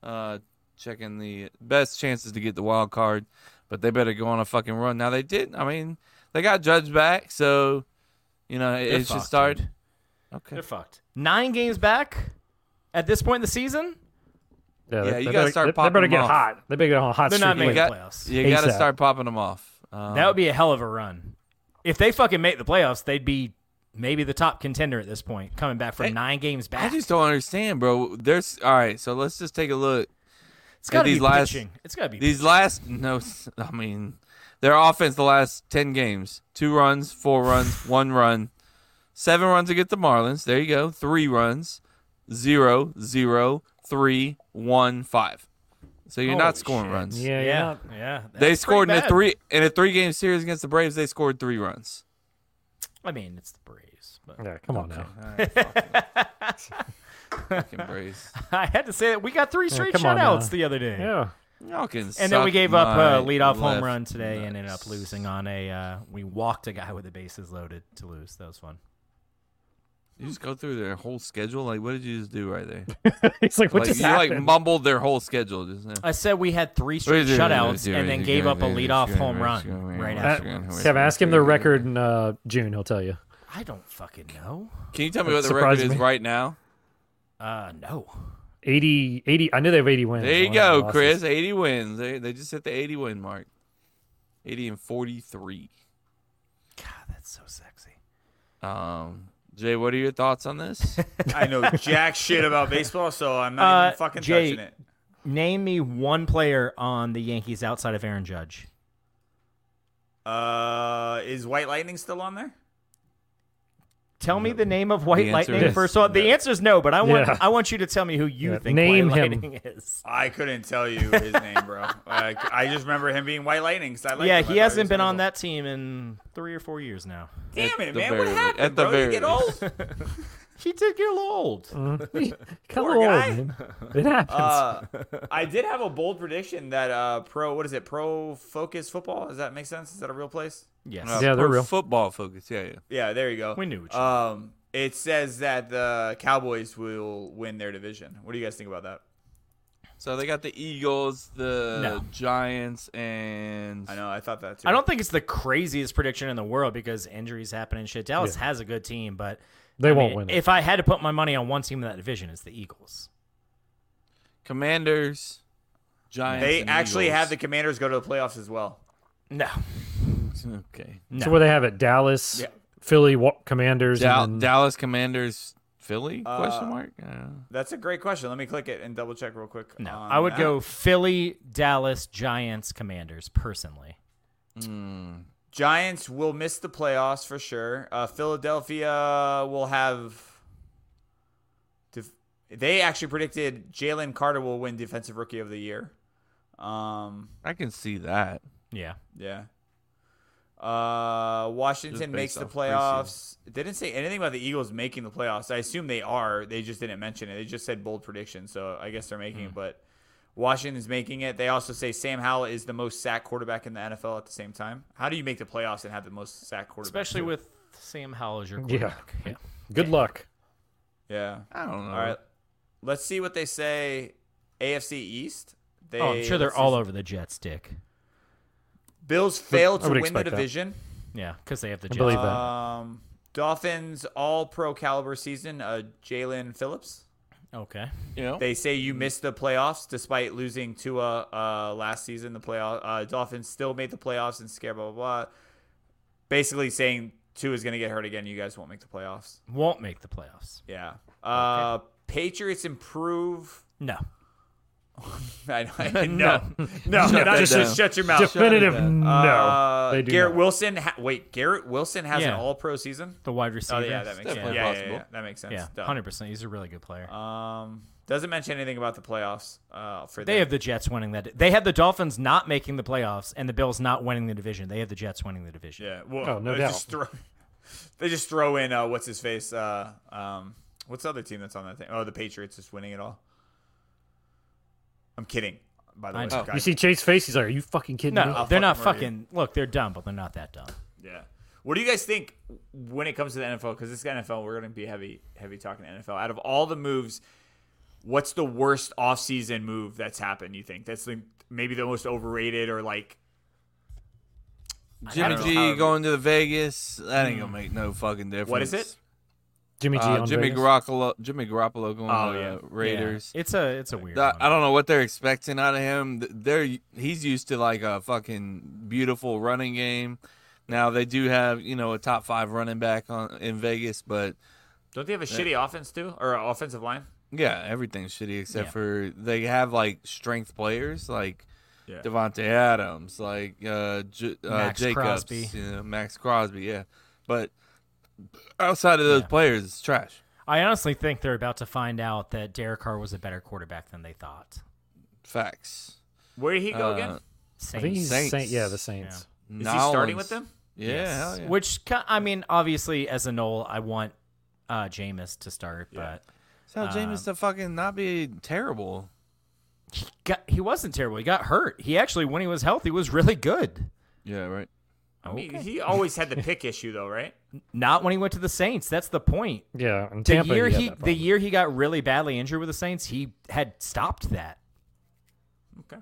Speaker 2: uh, checking the best chances to get the wild card. But they better go on a fucking run. Now they did. I mean, they got Judge back, so you know it,
Speaker 4: They're
Speaker 2: it should
Speaker 4: fucked,
Speaker 2: start.
Speaker 4: dude.
Speaker 2: Okay.
Speaker 4: They're fucked. Nine games back at this point in the season,
Speaker 3: Yeah,
Speaker 2: Yeah,
Speaker 3: they,
Speaker 2: you
Speaker 3: they
Speaker 2: gotta
Speaker 3: better,
Speaker 2: start
Speaker 3: they- they,
Speaker 2: popping
Speaker 3: better get
Speaker 2: them off.
Speaker 3: hot. They better get on a hot
Speaker 4: They're
Speaker 3: streak.
Speaker 4: not
Speaker 2: You
Speaker 3: quick.
Speaker 4: making
Speaker 2: got,
Speaker 4: the playoffs.
Speaker 2: you got to
Speaker 3: ASAP.
Speaker 2: start popping them off. Um,
Speaker 4: that would be a hell of a run. If they fucking make the playoffs, they'd be maybe the top contender at this point, coming back from
Speaker 2: Hey,
Speaker 4: nine games back.
Speaker 2: I just don't understand, bro. There's all right. So let's just take a look.
Speaker 4: it's gotta
Speaker 2: these
Speaker 4: be
Speaker 2: last-
Speaker 4: pitching. It's gotta be
Speaker 2: These last no, I mean, their offense the last ten games: two runs, four runs, one run, seven runs against the Marlins. There you go. Three runs, zero, zero, three, one, five. So you're
Speaker 4: Holy
Speaker 2: not scoring
Speaker 4: shit.
Speaker 2: runs.
Speaker 3: Yeah, you're
Speaker 4: yeah,
Speaker 3: not-
Speaker 4: yeah.
Speaker 2: They
Speaker 4: that's pretty
Speaker 2: scored in a
Speaker 4: bad.
Speaker 2: three in a three game series against the Braves. They scored three runs.
Speaker 4: I mean, it's the Braves, but
Speaker 3: yeah. Come on now.
Speaker 2: Fucking Braves.
Speaker 4: I had to say that we got three straight
Speaker 3: come on
Speaker 4: shutouts
Speaker 3: now.
Speaker 4: the other day.
Speaker 3: Yeah.
Speaker 2: Y'all can
Speaker 4: And then we
Speaker 2: suck
Speaker 4: gave up a
Speaker 2: my
Speaker 4: leadoff home
Speaker 2: left
Speaker 4: run today and ended
Speaker 2: nuts.
Speaker 4: up losing on a. Uh, we walked a guy with the bases loaded to lose. That was fun.
Speaker 2: You just go through their whole schedule. Like, what did you just do right there?
Speaker 3: It's like what
Speaker 2: like,
Speaker 3: just
Speaker 2: you like
Speaker 3: happened?
Speaker 2: mumbled their whole schedule just now.
Speaker 4: I said we had three straight
Speaker 2: Right there,
Speaker 4: shutouts
Speaker 2: right there,
Speaker 4: and then
Speaker 2: right
Speaker 4: gave
Speaker 2: there,
Speaker 4: up a
Speaker 2: right there,
Speaker 4: leadoff
Speaker 2: right there,
Speaker 4: home
Speaker 2: right
Speaker 4: run
Speaker 2: there, right
Speaker 4: right
Speaker 2: there.
Speaker 3: Uh,
Speaker 4: after.
Speaker 2: Kevin,
Speaker 3: Kev, ask him their record in uh, June. He'll tell you.
Speaker 4: I don't fucking know.
Speaker 2: Can you tell me
Speaker 3: That
Speaker 2: what the record
Speaker 3: surprised
Speaker 2: is
Speaker 3: me.
Speaker 2: right now?
Speaker 4: Uh, no.
Speaker 3: 80, 80 I know they have eighty wins.
Speaker 2: There you
Speaker 3: They only have
Speaker 2: go,
Speaker 3: losses.
Speaker 2: Chris. 80 wins. They, they just hit the 80 win mark. 80 and 43.
Speaker 4: God, that's so sexy.
Speaker 2: Um, Jay, what are your thoughts on this?
Speaker 5: I know jack shit about baseball, so I'm not
Speaker 4: Uh,
Speaker 5: even fucking
Speaker 4: Jay-
Speaker 5: touching it.
Speaker 4: Name me one player on the Yankees outside of Aaron Judge.
Speaker 5: Uh, is White Lightning still on there?
Speaker 4: Tell me the name of White
Speaker 2: The answer
Speaker 4: Lightning
Speaker 2: is
Speaker 4: first. So the
Speaker 2: no.
Speaker 4: answer is no, but I want
Speaker 3: Yeah.
Speaker 4: I want you to tell me who you
Speaker 3: Yeah,
Speaker 4: think
Speaker 3: name
Speaker 4: White
Speaker 3: him.
Speaker 4: Lightning is.
Speaker 5: I couldn't tell you his name, bro. Like, I just remember him being White Lightning. 'cause I liked him.
Speaker 4: yeah,
Speaker 5: I thought
Speaker 4: he hasn't
Speaker 5: was
Speaker 4: been on
Speaker 5: cool.
Speaker 4: that team in three or four years now.
Speaker 5: Damn
Speaker 2: the
Speaker 5: it, man!
Speaker 2: very
Speaker 5: What
Speaker 2: least.
Speaker 5: happened,
Speaker 2: At the
Speaker 5: bro?
Speaker 2: very
Speaker 5: you get old.
Speaker 4: He did get a little old.
Speaker 3: Mm. Come
Speaker 5: Poor
Speaker 3: on,
Speaker 5: guy.
Speaker 3: man. It happens.
Speaker 5: Uh, I did have a bold prediction that uh, pro what is it? Pro Focus Football. Does that make sense? Is that a real place?
Speaker 4: Yes.
Speaker 2: Uh,
Speaker 3: Yeah, they're
Speaker 2: pro
Speaker 3: real.
Speaker 2: Football focus. Yeah, yeah.
Speaker 5: Yeah, there you go.
Speaker 4: We knew each
Speaker 5: Um, it says that the Cowboys will win their division. What do you guys think about that?
Speaker 2: So they got the Eagles, the
Speaker 4: No.
Speaker 2: Giants, and
Speaker 5: I know. I thought that too.
Speaker 4: I don't think it's the craziest prediction in the world because injuries happen and shit. Dallas has a good team, but
Speaker 3: they
Speaker 4: I
Speaker 3: won't
Speaker 4: mean,
Speaker 3: win. it.
Speaker 4: If I had to put my money on one team in that division, it's the Eagles.
Speaker 2: Commanders, Giants.
Speaker 5: They
Speaker 2: and
Speaker 5: actually
Speaker 2: Eagles.
Speaker 5: have the Commanders go to the playoffs as well.
Speaker 4: No.
Speaker 2: okay.
Speaker 3: So where they have it: Dallas, Philly, Wa- Commanders,
Speaker 2: Dal-
Speaker 3: and then
Speaker 2: Dallas Commanders, Philly? question
Speaker 5: Uh,
Speaker 2: mark. Yeah.
Speaker 5: That's a great question. Let me click it and double check real quick.
Speaker 4: Um,
Speaker 5: Um,
Speaker 4: No,
Speaker 5: on
Speaker 4: I would
Speaker 5: that.
Speaker 4: go Philly, Dallas, Giants, Commanders. Personally,
Speaker 5: Giants will miss the playoffs for sure. Uh, Philadelphia will have. Def- they actually predicted Jalen Carter will win Defensive Rookie of the Year. Um,
Speaker 2: I can see that.
Speaker 4: yeah.
Speaker 5: yeah. Uh, Washington
Speaker 2: Just
Speaker 5: makes
Speaker 2: based
Speaker 5: the
Speaker 2: off
Speaker 5: playoffs. It didn't say anything about the Eagles making the playoffs. I assume they are. They just didn't mention it. They just said bold prediction, so I guess they're making it. But Washington's making it. They also say Sam Howell is the most sacked quarterback in the NFL at the same time. How do you make the playoffs and have the most sacked quarterback?
Speaker 4: Especially
Speaker 5: too?
Speaker 4: with Sam Howell as your
Speaker 3: Yeah.
Speaker 4: quarterback. Yeah.
Speaker 3: Good luck.
Speaker 5: yeah.
Speaker 2: I don't know.
Speaker 5: All right, let's see what they say. AFC East. They,
Speaker 4: Oh, I'm sure
Speaker 5: let's
Speaker 4: they're
Speaker 5: see-
Speaker 4: all over the Jets' dick.
Speaker 5: Bills fail
Speaker 3: I
Speaker 5: to
Speaker 3: would
Speaker 5: win the
Speaker 3: expect that.
Speaker 5: division.
Speaker 4: Yeah, because they have the
Speaker 3: I
Speaker 4: Jets.
Speaker 3: believe that.
Speaker 5: Um, Dolphins all pro caliber season. Uh, Jalen Phillips.
Speaker 4: okay.
Speaker 2: You know?
Speaker 5: They say you missed the playoffs despite losing Tua uh, last season. The playoff uh, Dolphins still made the playoffs and scare blah blah blah. Basically saying Tua is going to get hurt again. You guys won't make the playoffs.
Speaker 4: Won't make the playoffs.
Speaker 5: Yeah. Uh, Patriots improve.
Speaker 4: No.
Speaker 5: I know. I- no, no, no,
Speaker 2: that
Speaker 5: not- just,
Speaker 2: down.
Speaker 5: just shut your mouth.
Speaker 3: Definitive
Speaker 2: down.
Speaker 3: no.
Speaker 5: uh,
Speaker 3: they do
Speaker 5: Garrett
Speaker 3: not.
Speaker 5: Wilson. Ha- wait, Garrett Wilson has an
Speaker 4: Yeah.
Speaker 5: All Pro season.
Speaker 4: The wide receiver.
Speaker 5: Oh yeah, that makes sense.
Speaker 2: definitely
Speaker 5: Yeah, yeah,
Speaker 2: possible.
Speaker 5: yeah, that makes sense.
Speaker 4: Yeah,
Speaker 5: Duh.
Speaker 4: hundred percent. He's a really good player.
Speaker 5: Um, doesn't mention anything about the playoffs. Uh, for
Speaker 4: they
Speaker 5: them.
Speaker 4: have the Jets winning that. They have the Dolphins not making the playoffs and the Bills not winning the division. They have the Jets winning the division.
Speaker 5: yeah. Well,
Speaker 3: Oh, no
Speaker 5: they
Speaker 3: doubt.
Speaker 5: Just throw, they just throw in uh, what's his face. Uh, um, what's the other team that's on that thing? Oh, the Patriots just winning it all. I'm kidding. By the
Speaker 4: I
Speaker 5: way,
Speaker 4: know.
Speaker 5: guys.
Speaker 3: You see Chase face, he's like, Are you fucking kidding
Speaker 4: No,
Speaker 3: me?
Speaker 5: I'll
Speaker 4: they're not
Speaker 5: fucking
Speaker 4: fucking. Look, they're dumb, but they're not that dumb.
Speaker 5: Yeah. What do you guys think when it comes to the NFL? Because this is NFL, we're going to be heavy, heavy talking NFL. Out of all the moves, what's the worst offseason move that's happened? You think that's the, maybe the most overrated or like
Speaker 2: Jimmy
Speaker 5: don't know how
Speaker 2: G
Speaker 5: to-
Speaker 2: going to Vegas. That ain't gonna make no fucking difference.
Speaker 5: Mm. What is it?
Speaker 3: Jimmy G
Speaker 2: Uh,
Speaker 3: on
Speaker 2: Jimmy
Speaker 3: Vegas?
Speaker 2: Garoppolo. Jimmy Garoppolo going
Speaker 5: Oh,
Speaker 2: to
Speaker 5: yeah.
Speaker 2: the Raiders.
Speaker 4: Yeah. It's a it's a weird.
Speaker 2: That-
Speaker 4: one.
Speaker 2: I don't know what they're expecting out of him. Th- They're he's used to like a fucking beautiful running game. Now they do have you know a top five running back on in Vegas, but
Speaker 5: Don't they have a shitty offense too, or a offensive line?
Speaker 2: yeah, everything's shitty except
Speaker 4: Yeah.
Speaker 2: for they have like strength players like
Speaker 5: Yeah.
Speaker 2: Devonte Adams, like uh, J- uh
Speaker 4: Max
Speaker 2: Jacobs,
Speaker 4: Crosby.
Speaker 2: you know, Max Crosby, yeah. But outside of those players, it's trash.
Speaker 4: I honestly think they're about to find out that Derek Carr was a better quarterback than they thought.
Speaker 2: Facts.
Speaker 5: Where did he go
Speaker 2: Uh,
Speaker 5: again?
Speaker 3: I think he's
Speaker 2: Saints.
Speaker 3: Saint, yeah, the Saints.
Speaker 5: Is he starting with them?
Speaker 2: Yeah, hell yeah.
Speaker 4: Which ki- I mean, obviously, as a Knoll, I want uh, Jameis to start, but
Speaker 2: Tell
Speaker 5: um,
Speaker 2: James to fucking not be terrible.
Speaker 4: got, he wasn't terrible. He got hurt. He actually, when he was healthy, was really good.
Speaker 2: Yeah, right.
Speaker 5: I mean, he always had the pick issue though, right?
Speaker 4: Not when he went to the Saints. That's the point.
Speaker 3: Yeah, and
Speaker 4: The
Speaker 3: Tampa.
Speaker 4: year
Speaker 3: he, had
Speaker 4: he
Speaker 3: that
Speaker 4: the
Speaker 3: problem.
Speaker 4: year he got really badly injured with the Saints, he had stopped that.
Speaker 5: Okay.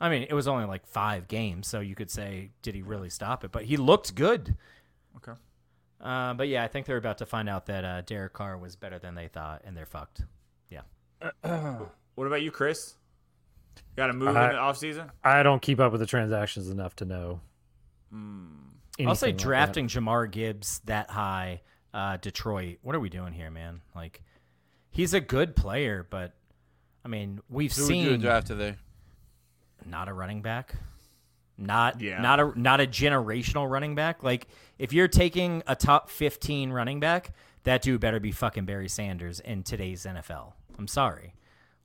Speaker 4: I mean, it was only like five games, so you could say, did he really stop it? But he looked good.
Speaker 5: Okay.
Speaker 4: Uh, but yeah, I think they're about to find out that uh, Derek Carr was better than they thought, and they're fucked. Yeah.
Speaker 5: What about you, Chris? Got a move
Speaker 3: I-
Speaker 5: in the offseason?
Speaker 3: I don't keep up with the transactions enough to know.
Speaker 5: Hmm.
Speaker 4: I'll
Speaker 3: anything
Speaker 4: say
Speaker 3: like that.
Speaker 4: drafting Jamar Gibbs that high, uh, Detroit. What are we doing here, man? Like, he's a good player, but I mean, we've
Speaker 2: Who would you
Speaker 4: seen
Speaker 2: have drafted there?
Speaker 4: not a running back, not
Speaker 5: Yeah.
Speaker 4: not a not a generational running back. Like, if you're taking a top fifteen running back, that dude better be fucking Barry Sanders in today's NFL. I'm sorry.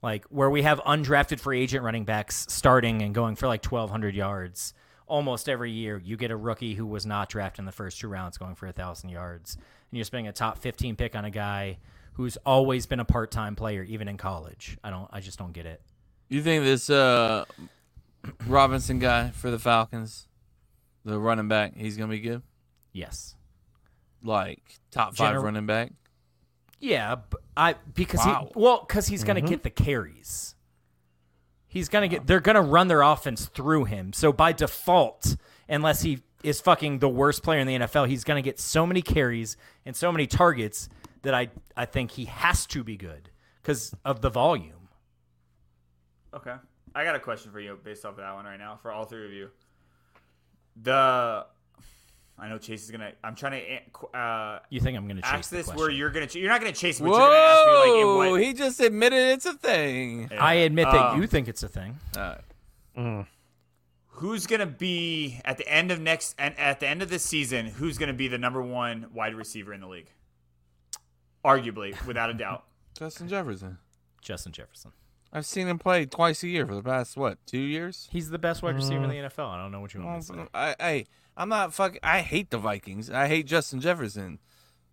Speaker 4: Like where we have undrafted free agent running backs starting and going for like 1,200 yards almost every year, you get a rookie who was not drafted in the first two rounds going for 1,000 yards. And you're spending a top 15 pick on a guy who's always been a part time player, even in college. I don't, I just don't get it.
Speaker 2: You think this uh, Robinson guy for the Falcons, the running back, he's gonna be good?
Speaker 4: Yes.
Speaker 2: Like top five
Speaker 4: Gener-
Speaker 2: running back?
Speaker 4: Yeah, b- I because
Speaker 2: Wow.
Speaker 4: he well because he's gonna
Speaker 5: Mm-hmm.
Speaker 4: get the carries. He's gonna get. They're gonna run their offense through him. So by default, unless he is fucking the worst player in the NFL, he's gonna get so many carries and so many targets that I I think he has to be good because of the volume.
Speaker 5: Okay. I got a question for you based off of that one right now for all three of you. The I know Chase is gonna. I'm trying to uh,
Speaker 4: You think I'm going to chase
Speaker 5: ask
Speaker 4: the
Speaker 5: this
Speaker 4: question.
Speaker 5: where you're gonna. Ch- you're not gonna chase. What you're gonna ask me like in
Speaker 2: Whoa!
Speaker 5: what?
Speaker 2: he just admitted it's a thing.
Speaker 4: I admit that
Speaker 5: Um,
Speaker 4: you think it's a thing.
Speaker 5: who's gonna be at the end of next and at the end of this season? Who's gonna be the number one wide receiver in the league? Arguably, without a doubt.
Speaker 2: Justin Jefferson.
Speaker 4: Justin Jefferson.
Speaker 2: I've seen him play twice a year for the past what two years.
Speaker 4: He's the best wide receiver
Speaker 5: Mm.
Speaker 4: in the NFL. I don't know what you want me to say.
Speaker 2: I, I I'm not fuck. I hate the Vikings. I hate Justin Jefferson.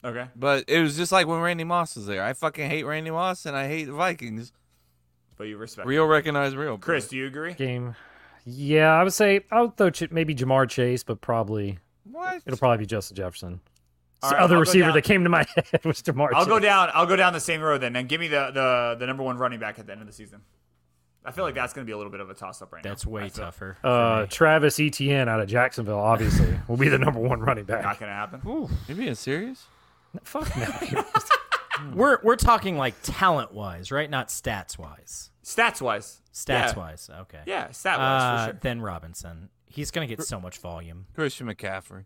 Speaker 5: Okay.
Speaker 2: But it was just like when Randy Moss was there. I fucking hate Randy Moss and I hate the Vikings.
Speaker 5: But you respect
Speaker 2: Real recognize real. bro.
Speaker 5: Chris. Do you agree?
Speaker 3: Game. Yeah, I would say I would throw Ch- maybe Jamar Chase, but probably
Speaker 2: What?
Speaker 3: it'll probably be Justin Jefferson.
Speaker 5: All
Speaker 3: The
Speaker 5: right,
Speaker 3: other
Speaker 5: I'll go
Speaker 3: receiver
Speaker 5: down-
Speaker 3: that came to my head was Jamar.
Speaker 5: I'll
Speaker 3: Chase.
Speaker 5: go down. I'll go down the same road then, and give me the, the the number one running back at the end of the season. I feel like that's going to be a little bit of a toss up right now.
Speaker 4: That's way
Speaker 5: I feel-
Speaker 4: tougher.
Speaker 3: Uh, Travis Etienne out of Jacksonville, obviously, will be the number one running
Speaker 5: Not
Speaker 3: back.
Speaker 5: going to happen.
Speaker 2: You being serious?
Speaker 3: Fuck no.
Speaker 2: Mm-hmm.
Speaker 4: we're we're talking like talent wise, right? Not stats wise.
Speaker 5: Stats wise.
Speaker 4: Stats wise, okay.
Speaker 5: Yeah, stat wise
Speaker 4: Uh,
Speaker 5: for sure.
Speaker 4: Then Robinson, he's going to get so much volume.
Speaker 2: Christian McCaffrey.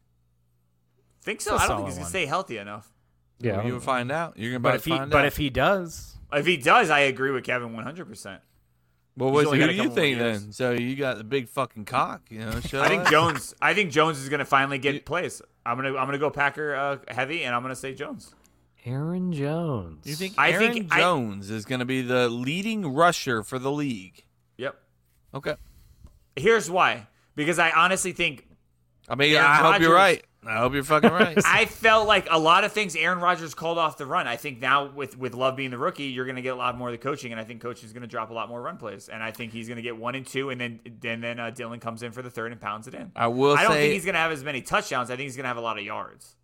Speaker 5: Think
Speaker 4: it's
Speaker 5: so?
Speaker 4: a
Speaker 5: I don't
Speaker 4: solid
Speaker 5: think he's going
Speaker 4: one.
Speaker 5: to stay healthy enough.
Speaker 3: Yeah, I
Speaker 2: You'll
Speaker 3: don't-
Speaker 2: find out. You're
Speaker 4: But
Speaker 2: about
Speaker 4: if
Speaker 2: to
Speaker 4: he
Speaker 2: find
Speaker 4: but
Speaker 2: out.
Speaker 4: if he does,
Speaker 5: If he does, I agree with Kevin 100. percent
Speaker 2: well,
Speaker 5: he's
Speaker 2: what,
Speaker 5: only
Speaker 2: who
Speaker 5: got
Speaker 2: do
Speaker 5: a
Speaker 2: you
Speaker 5: couple
Speaker 2: think
Speaker 5: more years.
Speaker 2: then? So you got the big fucking cock, you know? shut
Speaker 5: I think
Speaker 2: up.
Speaker 5: Jones. I think Jones is going to finally get plays. I'm gonna I'm gonna go Packer uh, heavy, and I'm gonna say Jones.
Speaker 3: Aaron Jones.
Speaker 2: You think
Speaker 5: I
Speaker 2: Aaron
Speaker 5: think I-
Speaker 2: Jones is going to be the leading rusher for the league?
Speaker 5: Yep.
Speaker 2: Okay.
Speaker 5: Here's why. Because I honestly think
Speaker 2: I mean,
Speaker 5: Aaron
Speaker 2: I hope you're
Speaker 5: Rodgers-
Speaker 2: right. I hope you're fucking right.
Speaker 5: I felt like a lot of things Aaron Rodgers called off the run. I think now with with Love being the rookie, you're going to get a lot more of the coaching, and I think coach is going to drop a lot more run plays, and I think he's going to get one and two, and then and then uh, Dylan comes in for the third and pounds it in.
Speaker 2: I will
Speaker 5: I don't
Speaker 2: say-
Speaker 5: think he's going to have as many touchdowns. I think he's going to have a lot of yards.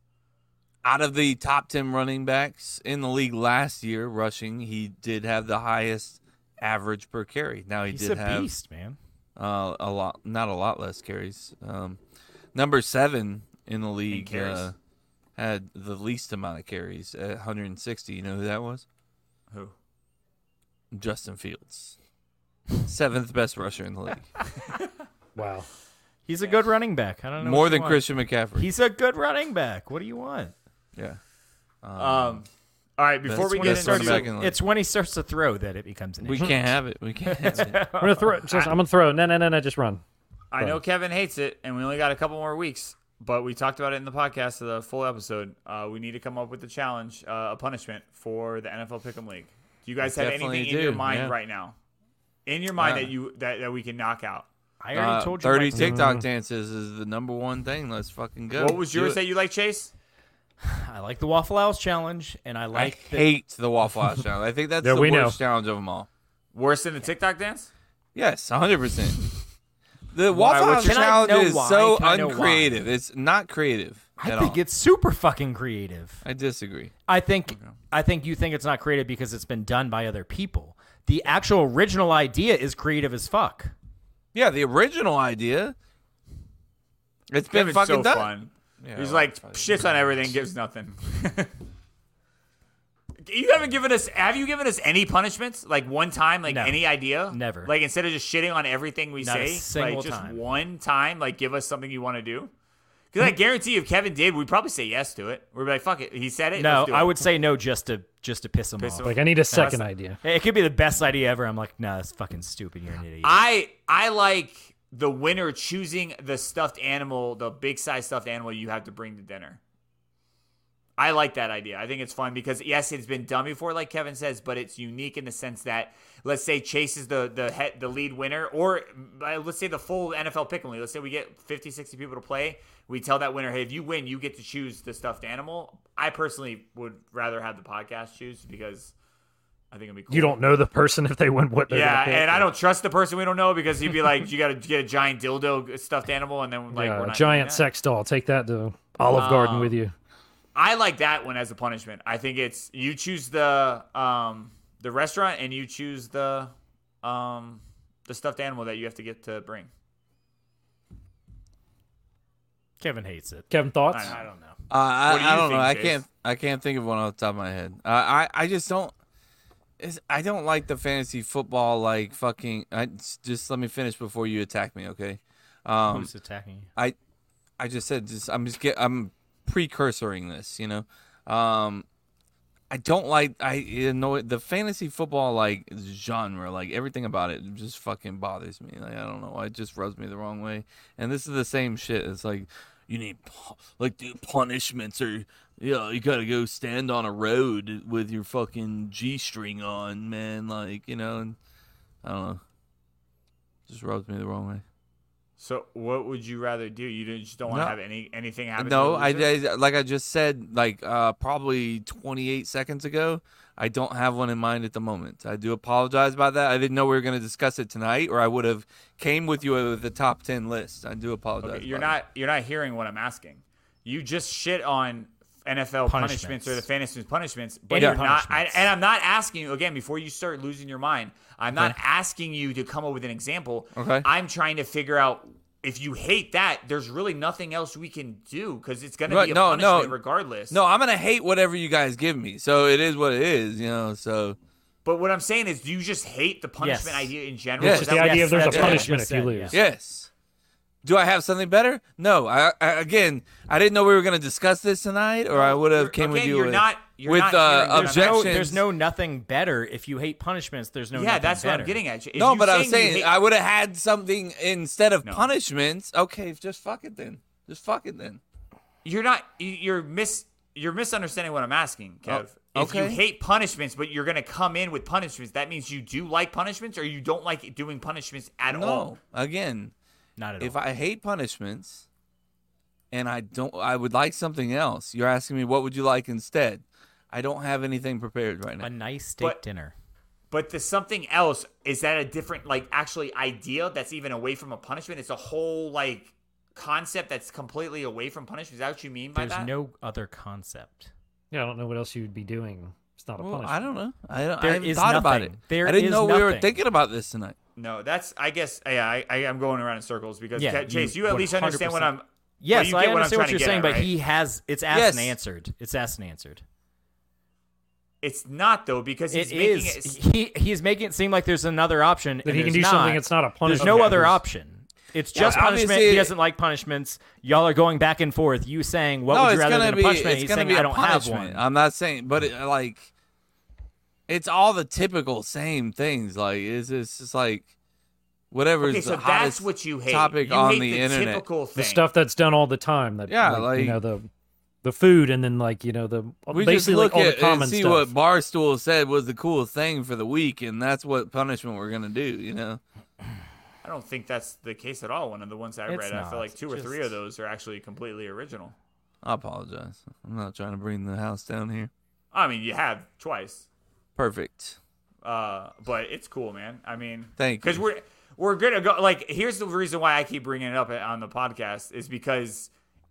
Speaker 2: Out of the top 10 running backs in the league last year, rushing, he did have the highest average per carry. Now he
Speaker 4: he's
Speaker 2: did
Speaker 4: a
Speaker 2: have
Speaker 4: beast, man.
Speaker 2: uh, a lot, not a lot less carries. Um, number seven in the league
Speaker 5: carries.
Speaker 2: uh, had the least amount of carries at 160. You know who that was?
Speaker 5: Who?
Speaker 2: Justin Fields, seventh best rusher in the league,
Speaker 3: Wow.
Speaker 4: He's a good running back. I don't know
Speaker 2: more
Speaker 4: what you
Speaker 2: than
Speaker 4: want.
Speaker 2: Christian McCaffrey.
Speaker 4: He's a good running back. What do you want?
Speaker 2: yeah,
Speaker 5: Um. all right. Before
Speaker 2: That's
Speaker 5: we
Speaker 2: when
Speaker 5: get
Speaker 2: he started
Speaker 5: into
Speaker 2: back in the league.
Speaker 4: It's when he starts to throw that it becomes an
Speaker 2: we
Speaker 4: issue.
Speaker 2: can't have it. We can't have it.
Speaker 5: Uh,
Speaker 3: I'm gonna throw. Just, I'm gonna throw. No, no, no, no. Just run.
Speaker 5: I know Kevin hates it, and we only got a couple more weeks, but we talked about it in the podcast, so the full episode. Uh, we need to come up with a challenge, uh, a punishment for the NFL Pick'em League. Do you guys have
Speaker 2: Definitely
Speaker 5: anything in your
Speaker 2: do,
Speaker 5: mind
Speaker 2: yeah.
Speaker 5: right now? In your mind
Speaker 2: Uh,
Speaker 5: that you that, that we can knock out.
Speaker 4: I already
Speaker 2: Uh,
Speaker 4: told you.
Speaker 2: 30
Speaker 4: my-
Speaker 2: TikTok dances is the number one thing. Let's fucking go.
Speaker 5: What was
Speaker 2: Do
Speaker 5: yours
Speaker 2: it.
Speaker 5: that you like, Chase?
Speaker 4: I like the Waffle House challenge, and I
Speaker 2: I
Speaker 4: like the
Speaker 2: hate the Waffle House challenge. I think that's
Speaker 3: Yeah,
Speaker 2: the
Speaker 3: we
Speaker 2: worst
Speaker 3: know.
Speaker 2: challenge of them all.
Speaker 5: Worse than the TikTok dance?
Speaker 2: Yes, 100%. The Waffle
Speaker 4: What's
Speaker 2: House
Speaker 4: your- Can I
Speaker 2: challenge
Speaker 4: know
Speaker 2: is
Speaker 4: why?
Speaker 2: so
Speaker 4: Can I know why?
Speaker 2: uncreative. It's not creative.
Speaker 4: I
Speaker 2: at
Speaker 4: think
Speaker 2: all.
Speaker 4: it's super fucking creative.
Speaker 2: I disagree.
Speaker 4: I think I think you think it's not creative because it's been done by other people. The actual original idea is creative as fuck.
Speaker 2: Yeah, the original idea. It's been
Speaker 5: Kevin's
Speaker 2: fucking
Speaker 5: so
Speaker 2: done.
Speaker 5: fun.
Speaker 2: Yeah,
Speaker 5: He's
Speaker 2: well,
Speaker 5: like
Speaker 2: it's probably-
Speaker 5: shits on everything, gives nothing. you haven't given us have you given us any punishments? Like one time, like
Speaker 4: No.
Speaker 5: any idea?
Speaker 4: Never.
Speaker 5: Like instead of just shitting on everything we
Speaker 4: Not a
Speaker 5: say,
Speaker 4: single
Speaker 5: like just
Speaker 4: time. Hmm.
Speaker 5: one time, like give us something you want to do. Because I guarantee if Kevin did, we'd probably say yes to it. We'd be like, fuck it. He said it.
Speaker 4: No,
Speaker 5: let's do
Speaker 4: I
Speaker 5: it.
Speaker 4: would say no just to just to piss him
Speaker 5: Piss
Speaker 4: off.
Speaker 5: him
Speaker 3: Like I need a second
Speaker 5: that's-
Speaker 3: idea.
Speaker 4: It could be the best idea ever. I'm like, no, that's fucking stupid. You're an idiot.
Speaker 5: I I like the winner choosing the stuffed animal, the big size stuffed animal you have to bring to dinner. I like that idea. I think it's fun because yes, it's been done before, like Kevin says, but it's unique in the sense that let's say Chase is the the head, the lead winner, or uh, let's say the full NFL pick 'em league. Let's say we get 50, 60 people to play. We tell that winner, hey, if you win, you get to choose the stuffed animal. I personally would rather have the podcast choose because I think it'd be cool.
Speaker 3: You don't know the person if they win what they're
Speaker 5: Yeah,
Speaker 3: gonna pick.
Speaker 5: and I don't trust the person we don't know because he'd be like, "You got to get a giant dildo uh, stuffed animal," and then like
Speaker 3: Yeah,
Speaker 5: we're not doing
Speaker 3: Uh, giant
Speaker 5: that.
Speaker 3: sex doll. Take that to Olive Garden with you.
Speaker 5: I like that one as a punishment. I think it's you choose the um the restaurant and you choose the um the stuffed animal that you have to get to bring.
Speaker 4: Kevin hates it.
Speaker 3: Kevin, thoughts?
Speaker 5: I- I
Speaker 4: I don't know.
Speaker 2: Uh, I,
Speaker 5: What do
Speaker 2: I
Speaker 5: you
Speaker 2: don't know.
Speaker 5: think,
Speaker 2: I
Speaker 5: Chase?
Speaker 2: can't. I can't think of one off the top of my head. Uh, I I just don't. It's, I don't like the fantasy football. Like fucking. I just let me finish before you attack me. Okay. Um,
Speaker 4: Who's attacking you?
Speaker 2: I I just said just I'm just get I'm precursoring this, you know. Um I don't like I you know the fantasy football like genre, like everything about it just fucking bothers me. Like I don't know, it just rubs me the wrong way. And this is the same shit. It's like you need pu- like the punishments or you know, you gotta go stand on a road with your fucking G string on, man. Like, you know, and I don't know. Just rubs me the wrong way.
Speaker 5: So what would you rather do? You didn't- just don't want to
Speaker 2: No.
Speaker 5: have any anything happen. to
Speaker 2: No,
Speaker 5: you,
Speaker 2: I,
Speaker 5: Lisa?
Speaker 2: I like I just said like uh, probably 28 seconds ago. I don't have one in mind at the moment. I do apologize about that. I didn't know we were going to discuss it tonight, or I would have came with you with the top 10 list. I do apologize.
Speaker 5: Okay, you're
Speaker 2: about
Speaker 5: not you're not hearing what I'm asking. You just shit on NFL punishments,
Speaker 4: Punishments.
Speaker 5: or the fantasy punishments, but
Speaker 4: Yeah.
Speaker 5: you're not. I,
Speaker 4: Punishments.
Speaker 5: and I'm not asking you again before you start losing your mind. I'm not asking you to come up with an example.
Speaker 2: Okay.
Speaker 5: I'm trying to figure out if you hate that. There's really nothing else we can do because it's going to
Speaker 2: Right,
Speaker 5: be a
Speaker 2: no, no.
Speaker 5: punishment regardless.
Speaker 2: it. No, I'm going to hate whatever you guys give me. So it is what it is, you know. So
Speaker 5: but what I'm saying is, do you just hate the punishment
Speaker 4: Yes.
Speaker 5: idea in general?
Speaker 2: Yes.
Speaker 5: Is
Speaker 3: Just
Speaker 5: that
Speaker 3: the
Speaker 5: what-
Speaker 3: idea
Speaker 4: yes,
Speaker 3: of there's
Speaker 4: that's
Speaker 3: a
Speaker 4: what I
Speaker 3: punishment
Speaker 4: just
Speaker 3: if you
Speaker 4: said,
Speaker 3: lose.
Speaker 4: yeah.
Speaker 2: yes. Do I have something better? No. I, I again, I didn't know we were going to discuss this tonight, or I would have came with
Speaker 5: again,
Speaker 2: you
Speaker 5: you're
Speaker 2: with,
Speaker 5: not- you're
Speaker 2: with
Speaker 5: not hearing
Speaker 2: uh,
Speaker 5: what I'm
Speaker 4: There's no,
Speaker 2: objections.
Speaker 4: there's no nothing better if you hate punishments. There's no
Speaker 5: yeah,
Speaker 4: nothing
Speaker 5: that's what
Speaker 4: better.
Speaker 5: I'm getting at. Is
Speaker 2: No,
Speaker 5: you
Speaker 2: but I'm
Speaker 5: you
Speaker 2: saying
Speaker 5: hate-
Speaker 2: I would have had something instead of
Speaker 5: No.
Speaker 2: punishments. Okay, just fuck it then. Just fuck it then.
Speaker 5: you're not you- you're mis you're misunderstanding what I'm asking, Kev.
Speaker 2: Oh,
Speaker 5: If you
Speaker 2: okay.
Speaker 5: hate punishments, but you're gonna come in with punishments, that means you do like punishments, or you don't like doing punishments at all.
Speaker 2: No, again,
Speaker 4: Not at
Speaker 2: if
Speaker 4: all.
Speaker 2: I hate punishments, and I don't, I would like something else. You're asking me what would you like instead? I don't have anything prepared right
Speaker 4: a
Speaker 2: now.
Speaker 4: nice steak
Speaker 5: But-
Speaker 4: dinner.
Speaker 5: But the something else is that a different like actually idea that's even away from a punishment. It's a whole like concept that's completely away from punishment. Is that what you mean by
Speaker 4: There's
Speaker 5: that?
Speaker 4: no other concept.
Speaker 3: Yeah, I don't know what else you'd be doing. It's not a
Speaker 2: Well,
Speaker 3: punishment.
Speaker 2: I don't know. I don't.
Speaker 4: There
Speaker 2: I haven't
Speaker 4: is
Speaker 2: thought about
Speaker 4: nothing.
Speaker 2: it.
Speaker 4: There
Speaker 2: I didn't
Speaker 4: is
Speaker 2: know we were
Speaker 4: nothing.
Speaker 2: thinking about this tonight.
Speaker 5: no. That's I guess yeah. I, I I'm going around in circles because
Speaker 4: Yeah,
Speaker 5: Ke- Chase,
Speaker 4: you
Speaker 5: you, at least understand what
Speaker 4: 100%
Speaker 5: I'm.
Speaker 4: Yes,
Speaker 5: you
Speaker 4: I
Speaker 5: get what I'm trying
Speaker 4: understand what
Speaker 5: to
Speaker 4: you're
Speaker 5: get
Speaker 4: saying,
Speaker 5: at,
Speaker 4: but
Speaker 5: right?
Speaker 4: he has it's asked
Speaker 2: Yes.
Speaker 4: and answered. It's asked and answered.
Speaker 5: It's not though because he's
Speaker 4: It
Speaker 5: making
Speaker 4: is.
Speaker 5: it.
Speaker 4: He he's making it seem like there's another option.
Speaker 3: That
Speaker 4: and
Speaker 3: he can
Speaker 4: there's
Speaker 3: do something that's not a punishment.
Speaker 4: There's no
Speaker 3: Okay,
Speaker 4: other
Speaker 3: there's-
Speaker 4: option. It's just
Speaker 2: Yeah,
Speaker 4: punishment.
Speaker 2: obviously-
Speaker 4: He doesn't like punishments. Y'all are going back and forth. You saying what
Speaker 2: no,
Speaker 4: would you
Speaker 2: it's
Speaker 4: rather
Speaker 2: gonna
Speaker 4: than
Speaker 2: be,
Speaker 4: a punishment?
Speaker 2: It's
Speaker 4: He's
Speaker 2: gonna
Speaker 4: saying
Speaker 2: be a
Speaker 4: I don't
Speaker 2: punishment.
Speaker 4: have one.
Speaker 2: I'm not saying, but it, like, it's all the typical same things. Like, it's it's just like whatever
Speaker 5: Okay,
Speaker 2: is
Speaker 5: so
Speaker 2: the hottest
Speaker 5: that's what you hate.
Speaker 2: topic
Speaker 5: you
Speaker 2: on
Speaker 5: hate
Speaker 2: the,
Speaker 5: the,
Speaker 2: internet.
Speaker 5: typical
Speaker 3: the
Speaker 5: thing.
Speaker 3: stuff that's done all the time. That
Speaker 2: Yeah,
Speaker 3: like, you know
Speaker 2: like-
Speaker 3: the the food and then like you know the
Speaker 2: We just
Speaker 3: basically
Speaker 2: look
Speaker 3: like all
Speaker 2: at
Speaker 3: the common
Speaker 2: and see what
Speaker 3: stuff.
Speaker 2: Barstool said was the cool thing for the week, and that's what punishment we're gonna do. You know,
Speaker 5: I don't think that's the case at all. One of the ones I
Speaker 4: It's
Speaker 5: read, I
Speaker 4: not.
Speaker 5: feel like two or three
Speaker 4: Just-
Speaker 5: of those are actually completely original.
Speaker 2: I apologize. I'm not trying to bring the house down here.
Speaker 5: I mean, you have twice,
Speaker 2: Perfect.
Speaker 5: uh, but it's cool, man. I mean,
Speaker 2: Thank
Speaker 5: because
Speaker 2: you.
Speaker 5: we're we're gonna go. Like, here's the reason why I keep bringing it up on the podcast is because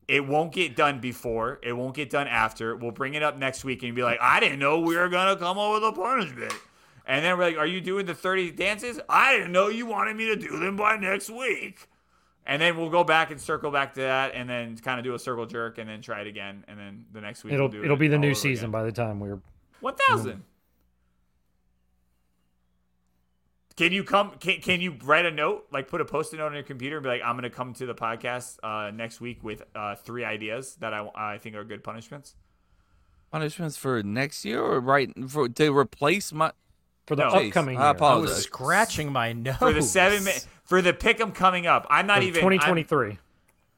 Speaker 5: it won't get done before, it won't get done after. We'll bring it up next week and be like, I didn't know we were gonna come up with a punishment. And then we're like, Are you doing the 30 dances? I didn't know you wanted me to do them by next week. And then we'll go back and circle back to that, and then kind of do a circle jerk, and then try it again, and then the next week
Speaker 3: it'll
Speaker 5: we'll do
Speaker 3: it'll
Speaker 5: it
Speaker 3: be the
Speaker 5: all
Speaker 3: new
Speaker 5: over
Speaker 3: season
Speaker 5: again.
Speaker 3: by the time we're.
Speaker 5: One thousand. Can you come? Can, can you write a note, like put a post-it note on your computer, and be like, "I'm going to come to the podcast uh, next week with uh, three ideas that I, I think are good punishments."
Speaker 2: Punishments for next year, or right for to replace my.
Speaker 3: For the
Speaker 5: No.
Speaker 2: Jeez,
Speaker 3: upcoming
Speaker 2: I
Speaker 3: year,
Speaker 4: I was
Speaker 2: apologize.
Speaker 4: scratching my nose
Speaker 2: Oh,
Speaker 5: For the seven mi- for the pick'em coming up, I'm not
Speaker 3: For
Speaker 5: even.
Speaker 3: 2023.
Speaker 5: I'm,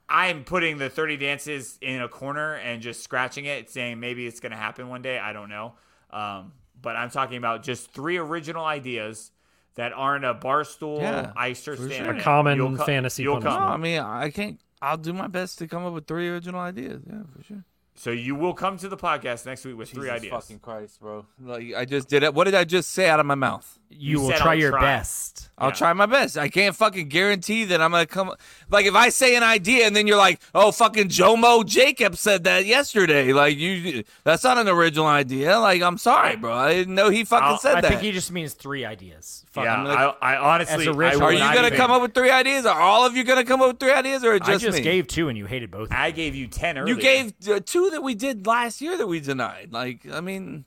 Speaker 5: I'm putting the 30 dances in a corner and just scratching it, saying maybe it's going to happen one day. I don't know. Um, but I'm talking about just three original ideas that aren't a barstool.
Speaker 2: Yeah,
Speaker 5: I searched
Speaker 2: for
Speaker 5: the
Speaker 2: sure. A
Speaker 5: internet.
Speaker 3: common
Speaker 5: You'll co-
Speaker 3: fantasy
Speaker 5: You'll
Speaker 2: No,
Speaker 5: come.
Speaker 3: punishment.
Speaker 2: I mean I can't. I'll do my best to come up with three original ideas. Yeah, for sure.
Speaker 5: So you will come to the podcast next week with three
Speaker 2: Jesus
Speaker 5: ideas.
Speaker 2: Fucking Christ, bro! Like I just did it. What did I just say out of my mouth?
Speaker 4: You
Speaker 5: You
Speaker 4: will
Speaker 5: said
Speaker 4: try
Speaker 5: I'll
Speaker 4: your
Speaker 5: try.
Speaker 4: best.
Speaker 2: I'll
Speaker 5: Yeah.
Speaker 2: try my best. I can't fucking guarantee that I'm gonna come. Like if I say an idea and then you're like, "Oh, fucking Jomo Jacob said that yesterday." Like you, that's not an original idea. Like I'm sorry, bro. I didn't know he fucking
Speaker 5: I'll-
Speaker 2: said
Speaker 4: I
Speaker 2: that.
Speaker 4: think he just means three ideas. Fuck.
Speaker 5: yeah,
Speaker 2: gonna-
Speaker 5: I, I honestly.
Speaker 4: As a ritual,
Speaker 5: I
Speaker 2: Are
Speaker 5: would
Speaker 2: you
Speaker 5: not
Speaker 2: gonna
Speaker 5: even-
Speaker 2: come up with three ideas? Are all of you gonna come up with three ideas, or just,
Speaker 4: I just
Speaker 2: me?
Speaker 4: gave two and you hated both. of them.
Speaker 5: I gave you ten earlier.
Speaker 2: you gave uh, two that we did last year that we denied. Like I mean,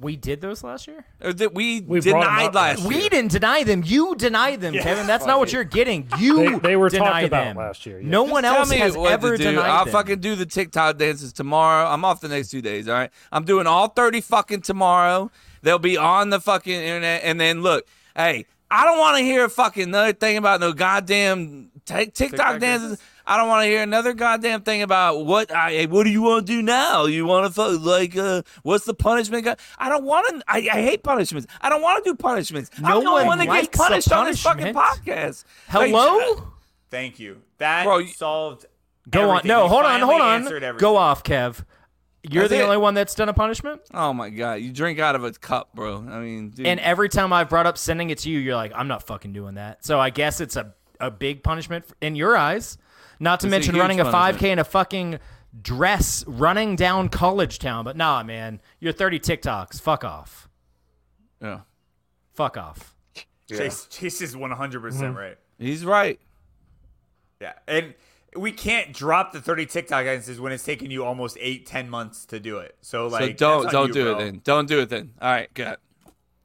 Speaker 4: We did those last year.
Speaker 2: Or did we,
Speaker 3: We brought 'em
Speaker 2: denied
Speaker 3: up.
Speaker 2: last year.
Speaker 4: We didn't deny them. You denied them, Kevin. That's not what you're getting. You
Speaker 3: They- they were
Speaker 4: deny
Speaker 3: talked about
Speaker 4: them.
Speaker 3: last year, yeah.
Speaker 4: No one
Speaker 2: Tell
Speaker 4: else
Speaker 2: me
Speaker 4: has
Speaker 2: what
Speaker 4: ever
Speaker 2: to do.
Speaker 4: denied
Speaker 2: I'll
Speaker 4: them.
Speaker 2: fucking do the TikTok dances tomorrow. I'm off the next two days. All right. I'm doing all 30 fucking tomorrow. They'll be on the fucking internet. And then look, hey, I don't want to hear fucking another thing about no goddamn t- TikTok, dances. I don't want to hear another goddamn thing about what I. hey, What do you want to do now? You want to fuck like uh, what's the punishment? go- I don't want to. I, I hate punishments. I don't want to do punishments.
Speaker 4: No
Speaker 2: I'm the
Speaker 4: one
Speaker 2: one that
Speaker 4: likes
Speaker 2: gets
Speaker 4: a
Speaker 2: punished on this fucking
Speaker 4: punishment.
Speaker 2: podcast. Like, Uh,
Speaker 4: Hello?
Speaker 5: Thank you. That
Speaker 2: Bro, you-
Speaker 5: solved.
Speaker 4: Go on.
Speaker 5: everything.
Speaker 4: No,
Speaker 5: You
Speaker 4: hold on,
Speaker 5: finally
Speaker 4: hold
Speaker 5: answered
Speaker 4: on.
Speaker 5: everything.
Speaker 4: Go off, Kev. You're
Speaker 2: That's
Speaker 4: the
Speaker 2: it.
Speaker 4: only one that's done a punishment.
Speaker 2: Oh my god, you drink out of a cup, bro. I mean, dude.
Speaker 4: And every time I've brought up sending it to you, you're like, I'm not fucking doing that. So I guess it's a, a big punishment f- in your eyes. Not to
Speaker 2: It's a
Speaker 4: mention
Speaker 2: huge
Speaker 4: running a
Speaker 2: punishment.
Speaker 4: 5K in a fucking dress, running down college town. But nah, man, you're 30 TikToks. Fuck off.
Speaker 2: yeah.
Speaker 4: Fuck off.
Speaker 5: Chase, Chase is 100
Speaker 2: Mm-hmm.
Speaker 5: percent right.
Speaker 2: he's right.
Speaker 5: Yeah, and we can't drop the 30 TikTok dances when it's taking you almost eight, ten months to do it. So like,
Speaker 2: So
Speaker 5: that's
Speaker 2: don't
Speaker 5: on
Speaker 2: don't
Speaker 5: you,
Speaker 2: do it
Speaker 5: bro.
Speaker 2: then. Don't do it then. All right, got. it.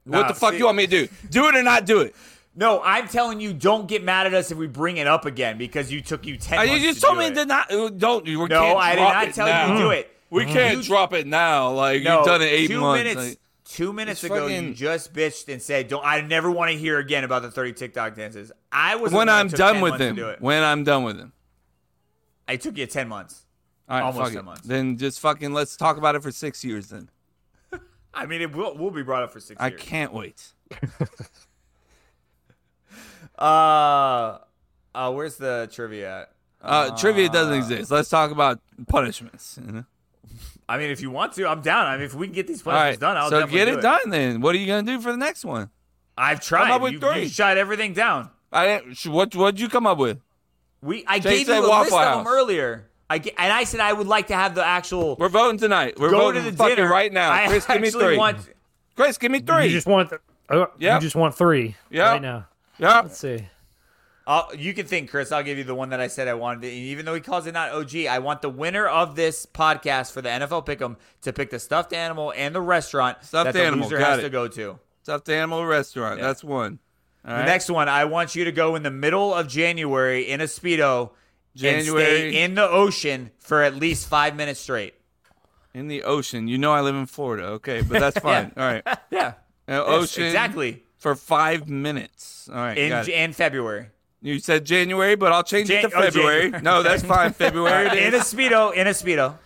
Speaker 5: Nah,
Speaker 2: what the fuck
Speaker 5: see-
Speaker 2: you want me to do? Do it or not do it?
Speaker 5: No, I'm telling you, don't get mad at us if we bring it up again because you took you 10.
Speaker 2: Uh,
Speaker 5: months
Speaker 2: you just
Speaker 5: to
Speaker 2: told
Speaker 5: do
Speaker 2: me
Speaker 5: it.
Speaker 2: to not. uh, Don't. We
Speaker 5: No,
Speaker 2: can't
Speaker 5: I did
Speaker 2: drop
Speaker 5: not
Speaker 2: it
Speaker 5: tell
Speaker 2: now.
Speaker 5: you to do it.
Speaker 2: We can't
Speaker 5: You-
Speaker 2: drop it now. Like
Speaker 5: No,
Speaker 2: you've done it eight
Speaker 5: two
Speaker 2: months.
Speaker 5: Minutes,
Speaker 2: like-
Speaker 5: two minutes
Speaker 2: it's
Speaker 5: ago, you
Speaker 2: fucking-
Speaker 5: just bitched and said, "Don't." I never want to hear again about the 30 TikTok dances. I was
Speaker 2: when I'm done with
Speaker 5: them.
Speaker 2: him. When I'm done with him.
Speaker 5: I took you 10 months.
Speaker 2: All right,
Speaker 5: Almost
Speaker 2: fuck
Speaker 5: ten
Speaker 2: it.
Speaker 5: months.
Speaker 2: Then just fucking let's talk about it for six years. Then
Speaker 5: I mean, it will, will be brought up for six
Speaker 2: I
Speaker 5: years.
Speaker 2: can't wait.
Speaker 5: Uh, uh, where's the trivia? at?
Speaker 2: Uh, trivia doesn't exist. Let's talk about punishments. you know?
Speaker 5: I mean, if you want to, I'm down. I mean, if we can get these
Speaker 2: All right,
Speaker 5: questions done, I'll
Speaker 2: so
Speaker 5: definitely
Speaker 2: get
Speaker 5: do
Speaker 2: it, done. Then what are you gonna do for the next one?
Speaker 5: I've tried.
Speaker 2: Come up with
Speaker 5: you,
Speaker 2: three.
Speaker 5: you shot everything down.
Speaker 2: I didn't, sh- what what'd you come up with?
Speaker 5: We I
Speaker 2: Jake
Speaker 5: gave
Speaker 2: said
Speaker 5: you a list
Speaker 2: Waffle
Speaker 5: of
Speaker 2: House.
Speaker 5: them earlier. I ge- and I said I would like to have the actual.
Speaker 2: We're voting tonight. We're
Speaker 5: go to
Speaker 2: voting
Speaker 5: the
Speaker 2: fucking
Speaker 5: dinner
Speaker 2: right now.
Speaker 5: I
Speaker 2: Chris, give me
Speaker 5: actually
Speaker 2: three.
Speaker 5: want-
Speaker 2: Chris, give me
Speaker 3: You
Speaker 2: three.
Speaker 3: just want th- oh,
Speaker 2: Yep.
Speaker 3: you just want three
Speaker 2: Yep.
Speaker 3: right now.
Speaker 2: yeah.
Speaker 3: Let's see.
Speaker 5: I'll, you can think, Chris. I'll give you the one that I said I wanted. And even though he calls it not OG, I want the winner of this podcast for the NFL Pick'em to pick the stuffed animal and the restaurant
Speaker 2: Stuffed
Speaker 5: that the
Speaker 2: animal,
Speaker 5: loser
Speaker 2: got
Speaker 5: has
Speaker 2: it.
Speaker 5: to go to.
Speaker 2: Stuffed animal restaurant. That's one. All
Speaker 5: The
Speaker 2: right.
Speaker 5: next one, I want you to go in the middle of January in a speedo and
Speaker 2: January.
Speaker 5: stay in the ocean for at least five minutes straight.
Speaker 2: in the ocean. You know I live in Florida. Okay, but that's fine. All right.
Speaker 5: Yeah,
Speaker 2: Now,
Speaker 5: Yes,
Speaker 2: ocean
Speaker 5: exactly
Speaker 2: for five minutes. All right.
Speaker 5: in
Speaker 2: got it.
Speaker 5: in February.
Speaker 2: you said January, but I'll change it
Speaker 5: Jan-
Speaker 2: to
Speaker 5: oh,
Speaker 2: February.
Speaker 5: January.
Speaker 2: no, that's fine. February. it
Speaker 5: Uh, in a
Speaker 2: is.
Speaker 5: speedo, in a speedo.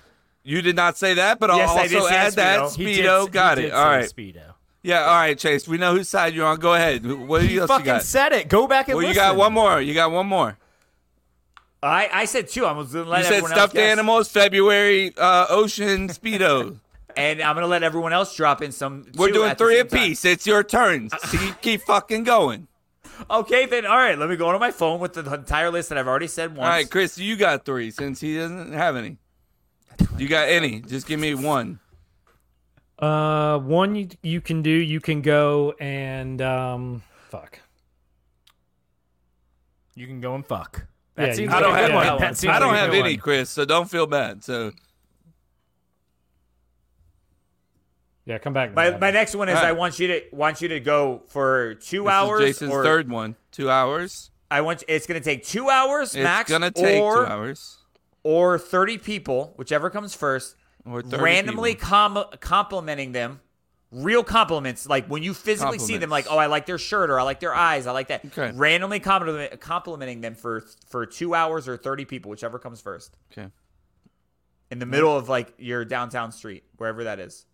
Speaker 2: You did not say that, but I'll
Speaker 5: Yes, I did
Speaker 2: also
Speaker 5: say
Speaker 2: add that.
Speaker 5: Speedo.
Speaker 4: He did-
Speaker 2: Speedo.
Speaker 4: he
Speaker 2: got
Speaker 4: did
Speaker 2: it.
Speaker 4: say
Speaker 2: All right.
Speaker 4: Speedo.
Speaker 2: Yeah. All right, Chase. We know whose side you're on. Go ahead. What do you else
Speaker 4: Fucking
Speaker 2: you got?
Speaker 4: said it. Go back and
Speaker 2: Well, you
Speaker 4: listen.
Speaker 2: got one more. You got one more.
Speaker 5: I, I said two. I'm gonna let
Speaker 2: You said
Speaker 5: everyone
Speaker 2: stuffed
Speaker 5: else guess.
Speaker 2: animals, February, uh, ocean, speedo.
Speaker 5: and I'm gonna let everyone else drop in some.
Speaker 2: We're
Speaker 5: two
Speaker 2: doing
Speaker 5: at the
Speaker 2: three
Speaker 5: same time.
Speaker 2: apiece. It's your turn. So you keep fucking going.
Speaker 5: Okay, then all right. Let me go on my phone with the entire list that I've already said once.
Speaker 2: All right, Chris, you got three since he doesn't have any. You got any? Just give me one.
Speaker 3: Uh, one you, you can do. You can go and um, fuck.
Speaker 4: You can go and fuck. That
Speaker 3: Yeah,
Speaker 4: seems
Speaker 3: you
Speaker 4: like
Speaker 2: can go
Speaker 4: a good
Speaker 2: and
Speaker 4: one.
Speaker 2: fuck.
Speaker 4: That seems
Speaker 2: I don't
Speaker 4: like a
Speaker 2: have
Speaker 4: good
Speaker 2: any,
Speaker 4: one.
Speaker 2: Chris, so don't feel bad. So
Speaker 3: Yeah, come back.
Speaker 5: My,
Speaker 3: Matt.
Speaker 5: my next one is
Speaker 2: All right.
Speaker 5: I want you to want you to go for two
Speaker 2: this
Speaker 5: hours.
Speaker 2: is Jason's
Speaker 5: or
Speaker 2: third one. Two hours.
Speaker 5: I want it's gonna take two hours
Speaker 2: It's
Speaker 5: max.
Speaker 2: gonna take
Speaker 5: or,
Speaker 2: two hours
Speaker 5: or thirty people, whichever comes first.
Speaker 2: or 30
Speaker 5: randomly
Speaker 2: people.
Speaker 5: com- complimenting them. Real compliments, like when you physically see them, like
Speaker 2: Compliments.
Speaker 5: oh, I like their shirt or I like their eyes, I like that.
Speaker 2: Okay.
Speaker 5: Randomly compliment- complimenting them for for two hours or thirty people, whichever comes first,
Speaker 2: Okay.
Speaker 5: in the middle of like your downtown street, wherever that is,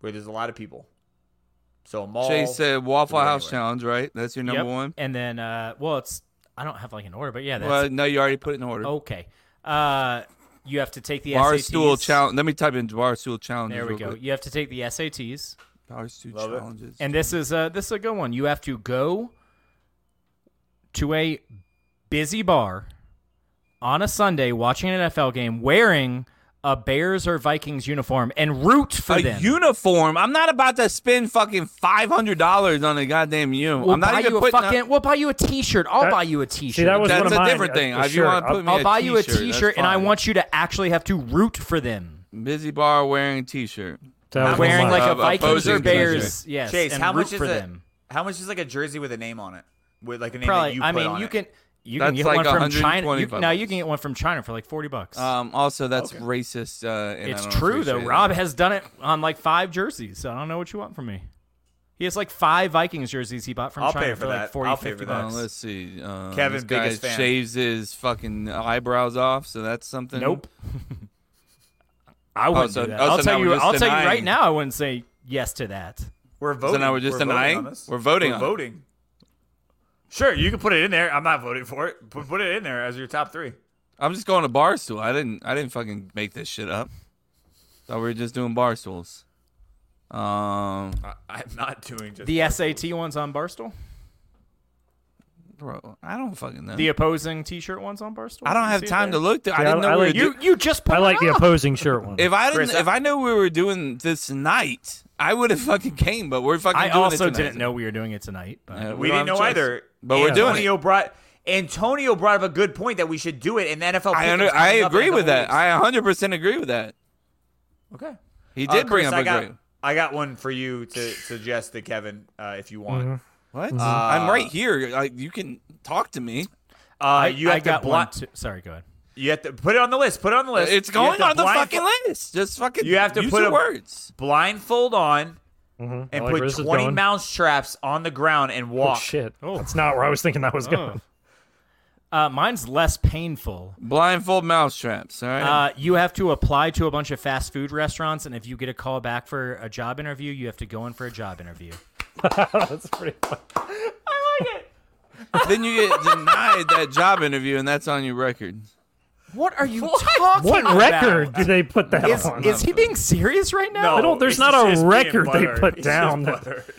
Speaker 5: where there's a lot of people. So a mall.
Speaker 2: Chase said Waffle
Speaker 5: Could be
Speaker 2: House
Speaker 5: anywhere.
Speaker 2: challenge, right? That's your number
Speaker 4: Yep.
Speaker 2: one.
Speaker 4: And then, uh, well, it's I don't have like an order, but yeah, that's Oh,
Speaker 2: Well, no, you already put it in order.
Speaker 4: okay. Uh, you have to take the
Speaker 2: Barstool
Speaker 4: SATs.
Speaker 2: challenge. Let me type in Barstool challenge.
Speaker 4: There we go. You have to take the SATs,
Speaker 2: Barstool
Speaker 5: Love it.
Speaker 2: challenges.
Speaker 4: and this is a this is a good one. You have to go to a busy bar on a Sunday, watching an NFL game, wearing a Bears or Vikings uniform, and root for
Speaker 2: a
Speaker 4: them.
Speaker 2: uniform. I'm not about to spend fucking five hundred dollars on a goddamn uniform.
Speaker 4: we'll
Speaker 2: I'm not
Speaker 4: buy
Speaker 2: even
Speaker 4: you a
Speaker 2: putting.
Speaker 4: fucking. we'll buy you a T-shirt. I'll
Speaker 3: That-
Speaker 4: buy you a T-shirt.
Speaker 3: See, that was
Speaker 2: That's
Speaker 3: one of
Speaker 2: a
Speaker 3: mine,
Speaker 2: different thing.
Speaker 3: a
Speaker 2: If you wanna
Speaker 3: shirt.
Speaker 2: put me-
Speaker 4: I'll
Speaker 2: a
Speaker 4: buy you a
Speaker 2: t-shirt, that's
Speaker 4: T-shirt, and I
Speaker 2: fine.
Speaker 4: want you to actually have to root for them.
Speaker 2: a busy bar wearing t-shirt.
Speaker 3: That was one of
Speaker 4: wearing
Speaker 3: mine.
Speaker 4: like
Speaker 2: Uh,
Speaker 4: a
Speaker 2: uh,
Speaker 4: Vikings
Speaker 2: Bozer
Speaker 4: or
Speaker 2: Gazette.
Speaker 4: Bears. Yes,
Speaker 5: Chase,
Speaker 4: and
Speaker 5: how
Speaker 4: root
Speaker 5: much is
Speaker 4: for
Speaker 5: a,
Speaker 4: them?
Speaker 5: How much is like a jersey with a name on it? With like a name that
Speaker 4: Probably.
Speaker 5: you
Speaker 4: I
Speaker 5: put
Speaker 4: mean,
Speaker 5: on
Speaker 4: you
Speaker 5: it?
Speaker 4: can you
Speaker 2: That's
Speaker 4: can get
Speaker 2: like
Speaker 4: one from China.
Speaker 2: 120
Speaker 4: You,
Speaker 2: bucks.
Speaker 4: now you can get one from China for like forty bucks.
Speaker 2: Um, also, that's
Speaker 5: Okay.
Speaker 2: racist. Uh, and I
Speaker 4: it's
Speaker 2: don't
Speaker 4: true though.
Speaker 2: appreciate it.
Speaker 4: Rob has done it on like five jerseys. So I don't know what you want from me. He has like five Vikings jerseys he bought from
Speaker 5: I'll
Speaker 4: China
Speaker 5: pay for
Speaker 4: like
Speaker 5: that.
Speaker 4: 40,
Speaker 5: I'll pay
Speaker 4: 50
Speaker 5: for that.
Speaker 2: Uh,
Speaker 4: bucks.
Speaker 2: let's see. Uh,
Speaker 5: Kevin,
Speaker 2: this guy
Speaker 5: biggest fan.
Speaker 2: shaves his fucking eyebrows off, so that's something.
Speaker 4: Nope. I wouldn't
Speaker 2: so-
Speaker 4: do that.
Speaker 2: oh, so
Speaker 4: I'll
Speaker 2: now
Speaker 4: tell you.
Speaker 2: we're just
Speaker 4: I'll tell you right
Speaker 2: denying.
Speaker 4: now. I wouldn't say yes to that.
Speaker 5: We're voting.
Speaker 2: now we're just
Speaker 5: voting
Speaker 2: denying?
Speaker 5: on this.
Speaker 2: We're voting
Speaker 5: We're
Speaker 2: on it.
Speaker 5: voting. Sure, you can put it in there. I'm not voting for it. Put, put it in there as your top three.
Speaker 2: I'm just going to barstool. I didn't. I didn't fucking make this shit up. Thought we were just doing barstools. Um,
Speaker 5: I, I'm not doing just
Speaker 4: The SAT ones on Barstool.
Speaker 2: bro, I don't fucking know.
Speaker 4: The opposing T-shirt ones on Barstool.
Speaker 2: I don't have time to look. Through. I
Speaker 3: Yeah,
Speaker 2: didn't know
Speaker 3: I
Speaker 2: we were
Speaker 3: like-
Speaker 2: do-
Speaker 4: You you just put
Speaker 3: I
Speaker 4: it
Speaker 3: like the
Speaker 4: up.
Speaker 3: opposing shirt one.
Speaker 2: If I didn't,
Speaker 5: Chris, I-
Speaker 2: if I knew we were doing this tonight, I would have fucking came. But we're fucking.
Speaker 4: I
Speaker 2: doing it
Speaker 4: also
Speaker 2: tonight.
Speaker 4: didn't know we were doing it tonight. But.
Speaker 2: Uh,
Speaker 5: We
Speaker 2: don't
Speaker 5: didn't
Speaker 2: have
Speaker 5: know
Speaker 2: a choice.
Speaker 5: either.
Speaker 2: But we're doing
Speaker 5: Antonio brought Antonio brought up a good point that we should do it in the NFL.
Speaker 2: I under, I
Speaker 5: pick'em's coming up in a
Speaker 2: agree with
Speaker 5: couple
Speaker 2: that. I 100 percent agree with that.
Speaker 5: weeks. okay.
Speaker 2: He
Speaker 5: Uh,
Speaker 2: did bring
Speaker 5: Chris,
Speaker 2: up
Speaker 5: I
Speaker 2: a
Speaker 5: got,
Speaker 2: great.
Speaker 5: I got one for you to suggest to Kevin uh, if you want.
Speaker 4: Mm-hmm.
Speaker 2: What? I'm right here. Like you can talk to me.
Speaker 5: Uh,
Speaker 4: I,
Speaker 5: you
Speaker 4: I
Speaker 5: have
Speaker 4: got
Speaker 5: to block.
Speaker 4: one. Too. Sorry, go ahead.
Speaker 5: You have to put it on the list. Put it on the list.
Speaker 2: It's
Speaker 5: You
Speaker 2: going
Speaker 5: have to
Speaker 2: on the
Speaker 5: blindfo-
Speaker 2: fucking list. Just fucking.
Speaker 5: You have to
Speaker 2: use
Speaker 5: put
Speaker 2: your
Speaker 5: a-
Speaker 2: words.
Speaker 5: blindfold on
Speaker 4: Mm-hmm.
Speaker 5: and
Speaker 3: like where
Speaker 5: put
Speaker 3: this is
Speaker 5: 20
Speaker 3: going.
Speaker 5: mousetraps on the ground and
Speaker 3: oh
Speaker 5: walk.
Speaker 3: shit, that's not where I was thinking that was going.
Speaker 4: Uh, mine's less painful.
Speaker 2: Blindfold mousetraps. All right.
Speaker 4: Uh, you have to apply to a bunch of fast food restaurants, and if you get a call back for a job interview, you have to go in for a job interview.
Speaker 3: that's pretty. Funny.
Speaker 2: then you get denied that job interview, and that's on your record.
Speaker 4: What are you talking
Speaker 3: What
Speaker 4: about?
Speaker 3: record did they put that
Speaker 4: Is,
Speaker 3: on?
Speaker 4: is he being serious right now?
Speaker 3: I don't- there's
Speaker 5: it's
Speaker 3: not a
Speaker 5: just being
Speaker 3: record they
Speaker 5: buttered.
Speaker 3: put
Speaker 5: It's
Speaker 3: down
Speaker 5: just
Speaker 3: that-
Speaker 5: buttered.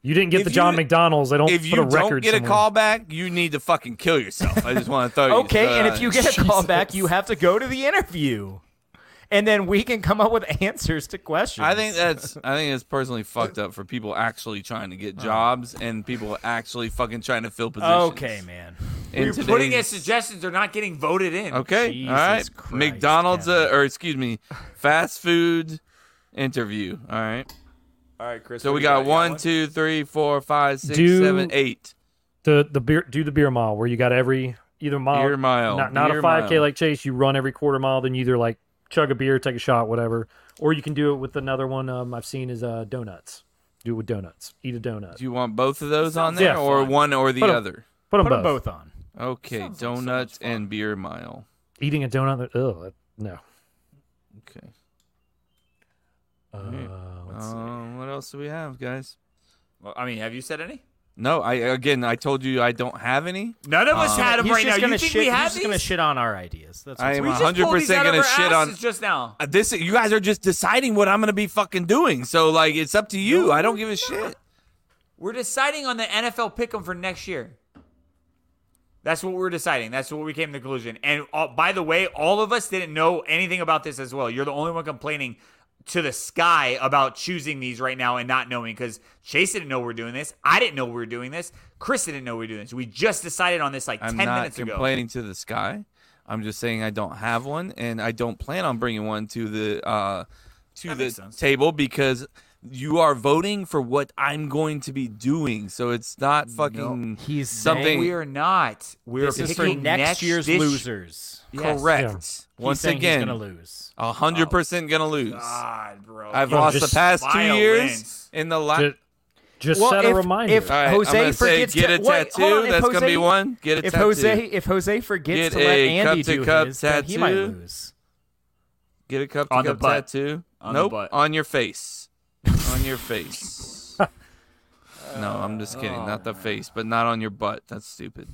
Speaker 3: you didn't get
Speaker 2: if
Speaker 3: the John
Speaker 2: you-
Speaker 3: McDonald's. They don't
Speaker 2: If
Speaker 3: put
Speaker 2: you
Speaker 3: a record.
Speaker 2: don't get a
Speaker 3: somewhere.
Speaker 2: call back, you need to fucking kill yourself. I just want to throw you.
Speaker 4: Okay, and
Speaker 2: uh,
Speaker 4: if you get a call back, you have to go to the interview, and then we can come up with answers to questions.
Speaker 2: I think that's I think it's personally fucked up for people actually trying to get jobs and people actually fucking trying to fill positions.
Speaker 4: Okay, man.
Speaker 2: In
Speaker 5: You're putting in
Speaker 2: today's-
Speaker 5: suggestions. They're not getting voted in.
Speaker 2: Okay,
Speaker 4: Jesus
Speaker 2: all right.
Speaker 4: Christ,
Speaker 2: McDonald's uh,
Speaker 4: Kevin.
Speaker 2: or excuse me, fast food interview. All right.
Speaker 5: All right, Chris.
Speaker 2: So
Speaker 5: what
Speaker 2: we
Speaker 5: do you
Speaker 2: got
Speaker 5: You
Speaker 2: one, two, three, four, five, six,
Speaker 3: Do-
Speaker 2: seven, eight.
Speaker 3: the the beer do the beer mile where you got every either mile
Speaker 2: Beer mile,
Speaker 3: not not
Speaker 2: beer
Speaker 3: a 5k
Speaker 2: mile.
Speaker 3: like chase you run every quarter mile then you either like chug a beer take a shot whatever or you can do it with another one um, i've seen is uh, donuts do it with donuts eat a donut
Speaker 2: Do you want both of those on there
Speaker 3: yeah,
Speaker 2: or
Speaker 3: fine.
Speaker 2: one or the
Speaker 3: Put 'em-
Speaker 2: other?
Speaker 3: put them
Speaker 4: Put them
Speaker 3: both.
Speaker 4: both on.
Speaker 2: Okay, donut and beer mile.
Speaker 3: eating a donut that, ugh, that- no
Speaker 2: Okay.
Speaker 3: uh, let's see.
Speaker 2: Um, what else do we have, guys?
Speaker 5: Well, I mean, have you said any?
Speaker 2: No, I again I told you I don't have any.
Speaker 5: None of us had them
Speaker 4: Uh,
Speaker 5: right
Speaker 4: He's
Speaker 5: now.
Speaker 4: just
Speaker 5: You
Speaker 4: gonna
Speaker 5: think
Speaker 4: shit.
Speaker 5: we
Speaker 4: he's
Speaker 5: had
Speaker 4: just gonna
Speaker 5: these?
Speaker 4: shit on our ideas. That's
Speaker 2: I
Speaker 4: what's
Speaker 2: am
Speaker 5: We
Speaker 4: wrong.
Speaker 5: just pulled these
Speaker 2: 100%
Speaker 5: out of
Speaker 2: gonna
Speaker 5: our
Speaker 2: shit on-
Speaker 5: asses just now.
Speaker 2: Uh, This you guys are just deciding what I'm gonna be fucking doing. So like it's up to you. I don't give a shit.
Speaker 5: We're deciding on the NFL pick'em for next year. That's what we're deciding. That's what we came to the conclusion. And uh, by the way, all of us didn't know anything about this as well. You're the only one complaining to the sky about choosing these right now and not knowing because Chase didn't know we are doing this. I didn't know we were doing this. Chris didn't know we were doing this. We just decided on this like
Speaker 2: I'm
Speaker 5: ten
Speaker 2: not
Speaker 5: minutes ago.
Speaker 2: complaining to the sky. I'm just saying I don't have one, and I don't plan on bringing one to the uh, to the
Speaker 5: makes sense.
Speaker 2: table because you are voting for what I'm going to be doing. So it's not fucking
Speaker 4: He's
Speaker 2: something
Speaker 5: We are not. We're
Speaker 4: This is for
Speaker 5: picking
Speaker 4: next, year's
Speaker 5: this-
Speaker 4: losers.
Speaker 5: Yes.
Speaker 2: correct.
Speaker 4: He's
Speaker 2: Once
Speaker 4: saying he's
Speaker 2: again,
Speaker 4: gonna lose.
Speaker 2: a hundred percent gonna lose.
Speaker 5: Oh, God, bro.
Speaker 2: I've
Speaker 5: You're
Speaker 2: lost the
Speaker 3: just
Speaker 2: past two
Speaker 5: violent.
Speaker 2: years in the last.
Speaker 3: Ju- just set a reminder
Speaker 4: if
Speaker 2: All right,
Speaker 4: Jose
Speaker 2: I'm gonna say
Speaker 4: forgets
Speaker 2: get
Speaker 4: to
Speaker 2: a
Speaker 4: wait, hold
Speaker 2: tattoo,
Speaker 4: on, if
Speaker 2: that's
Speaker 4: Jose,
Speaker 2: gonna be one. Get a
Speaker 4: if
Speaker 2: tattoo.
Speaker 4: Jose if Jose forgets
Speaker 2: Get
Speaker 4: to let
Speaker 2: a
Speaker 4: Andy do
Speaker 2: cup-to-cup
Speaker 4: his, then he might
Speaker 2: tattoo.
Speaker 4: lose.
Speaker 2: Get a cup
Speaker 5: On
Speaker 2: to
Speaker 5: the
Speaker 2: cup
Speaker 5: butt.
Speaker 2: tattoo.
Speaker 5: On the
Speaker 2: nope.
Speaker 5: butt.
Speaker 2: On your face. on your face. no, I'm just kidding.
Speaker 5: Oh,
Speaker 2: not the face, but not on your butt. That's stupid.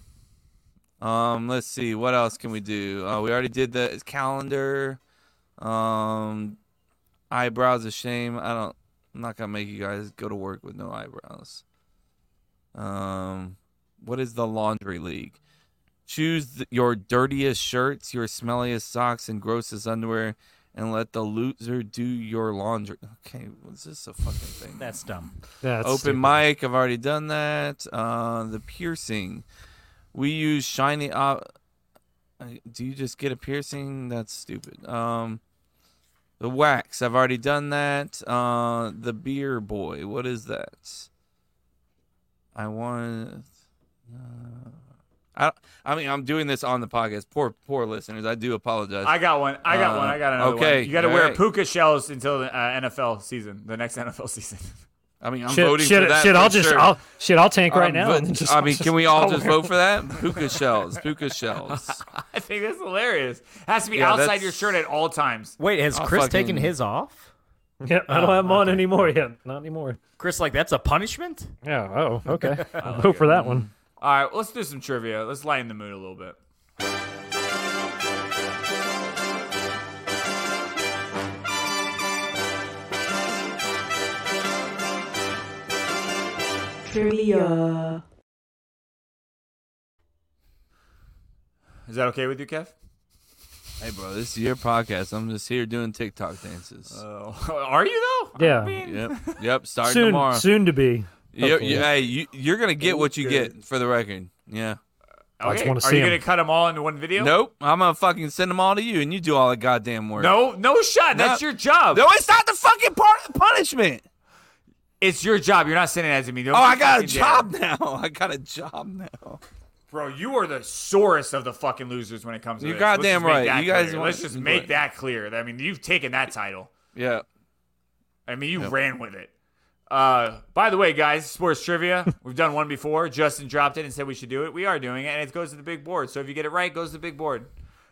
Speaker 2: Um, let's see. What else can we do? Uh, we already did the calendar. Um, eyebrows a shame. I don't. I'm not gonna make you guys go to work with no eyebrows. Um, what is the laundry league? Choose th- your dirtiest shirts, your smelliest socks, and grossest underwear, and let the loser do your laundry. Okay, was this a fucking thing?
Speaker 4: That's dumb.
Speaker 3: that's
Speaker 2: Open
Speaker 3: stupid.
Speaker 2: mic. I've already done that. Uh, the piercing. We use shiny. Uh, uh, do you just get a piercing? That's stupid. Um, The wax. I've already done that. Uh, the beer boy. What is that? I want. Uh, I. I mean, I'm doing this on the podcast. Poor, poor listeners. I do apologize.
Speaker 5: I got one. I got
Speaker 2: Uh,
Speaker 5: one. I got another
Speaker 2: okay,
Speaker 5: one. You got to wear
Speaker 2: alright.
Speaker 5: puka shells until the uh, NFL season, the next NFL season.
Speaker 2: I mean, I'm
Speaker 3: Shit,
Speaker 2: voting for
Speaker 3: shit,
Speaker 2: that.
Speaker 3: shit
Speaker 2: for
Speaker 3: I'll just,
Speaker 2: sure.
Speaker 3: I'll, shit, I'll tank right
Speaker 2: I'm
Speaker 3: now.
Speaker 2: vo-
Speaker 3: and then just,
Speaker 2: I mean, can we all
Speaker 3: I'll
Speaker 2: just
Speaker 3: wear-
Speaker 2: vote for that? Puka shells. Puka shells.
Speaker 5: I think that's hilarious. Has to be
Speaker 2: Yeah,
Speaker 5: outside
Speaker 2: that's-
Speaker 5: your shirt at all times.
Speaker 4: Wait, has
Speaker 2: I'll
Speaker 4: Chris
Speaker 2: fucking-
Speaker 4: taken his off?
Speaker 3: Yeah, I don't have them on anymore yet. Not anymore.
Speaker 4: Chris, like that's a punishment.
Speaker 3: Yeah. Oh, okay. I'll vote for that one.
Speaker 5: All right, let's do some trivia. Let's lighten the mood a little bit.
Speaker 6: Trivia.
Speaker 5: Is that okay with you, Kev?
Speaker 2: hey, bro, this is your podcast. I'm just here doing TikTok dances.
Speaker 5: Uh, are you though?
Speaker 3: Yeah.
Speaker 5: I mean,
Speaker 2: yep. Yep. Starting
Speaker 3: soon,
Speaker 2: tomorrow.
Speaker 3: soon to be.
Speaker 2: You,
Speaker 3: hopefully.
Speaker 2: you, hey, you, you're gonna get what you get for the record. Yeah.
Speaker 5: okay.
Speaker 3: I just wanna
Speaker 5: are
Speaker 3: see
Speaker 5: you
Speaker 3: him.
Speaker 5: gonna cut them all into one video?
Speaker 2: Nope. I'm gonna fucking send them all to you, and you do all the goddamn work.
Speaker 5: No, no shot. That's
Speaker 2: No.
Speaker 5: your job.
Speaker 2: No, it's not the fucking part of the punishment.
Speaker 5: It's your job. You're not sending that to me. Don't
Speaker 2: Oh,
Speaker 5: you
Speaker 2: I got a
Speaker 5: fucking dare.
Speaker 2: job now. I got a job now.
Speaker 5: bro. You are the sorest of the fucking losers when it comes. to
Speaker 2: You're
Speaker 5: this. Let's
Speaker 2: goddamn
Speaker 5: just make
Speaker 2: right.
Speaker 5: that
Speaker 2: You guys
Speaker 5: clear.
Speaker 2: want-
Speaker 5: Let's just make that clear. I mean, you've taken that title.
Speaker 2: Yeah.
Speaker 5: I mean, you ran with it. Uh, by the way, guys, sports trivia. We've done one before. Justin dropped it and said we should do it. We are doing it, and it goes to the big board. So if you get it right, it goes to the big board.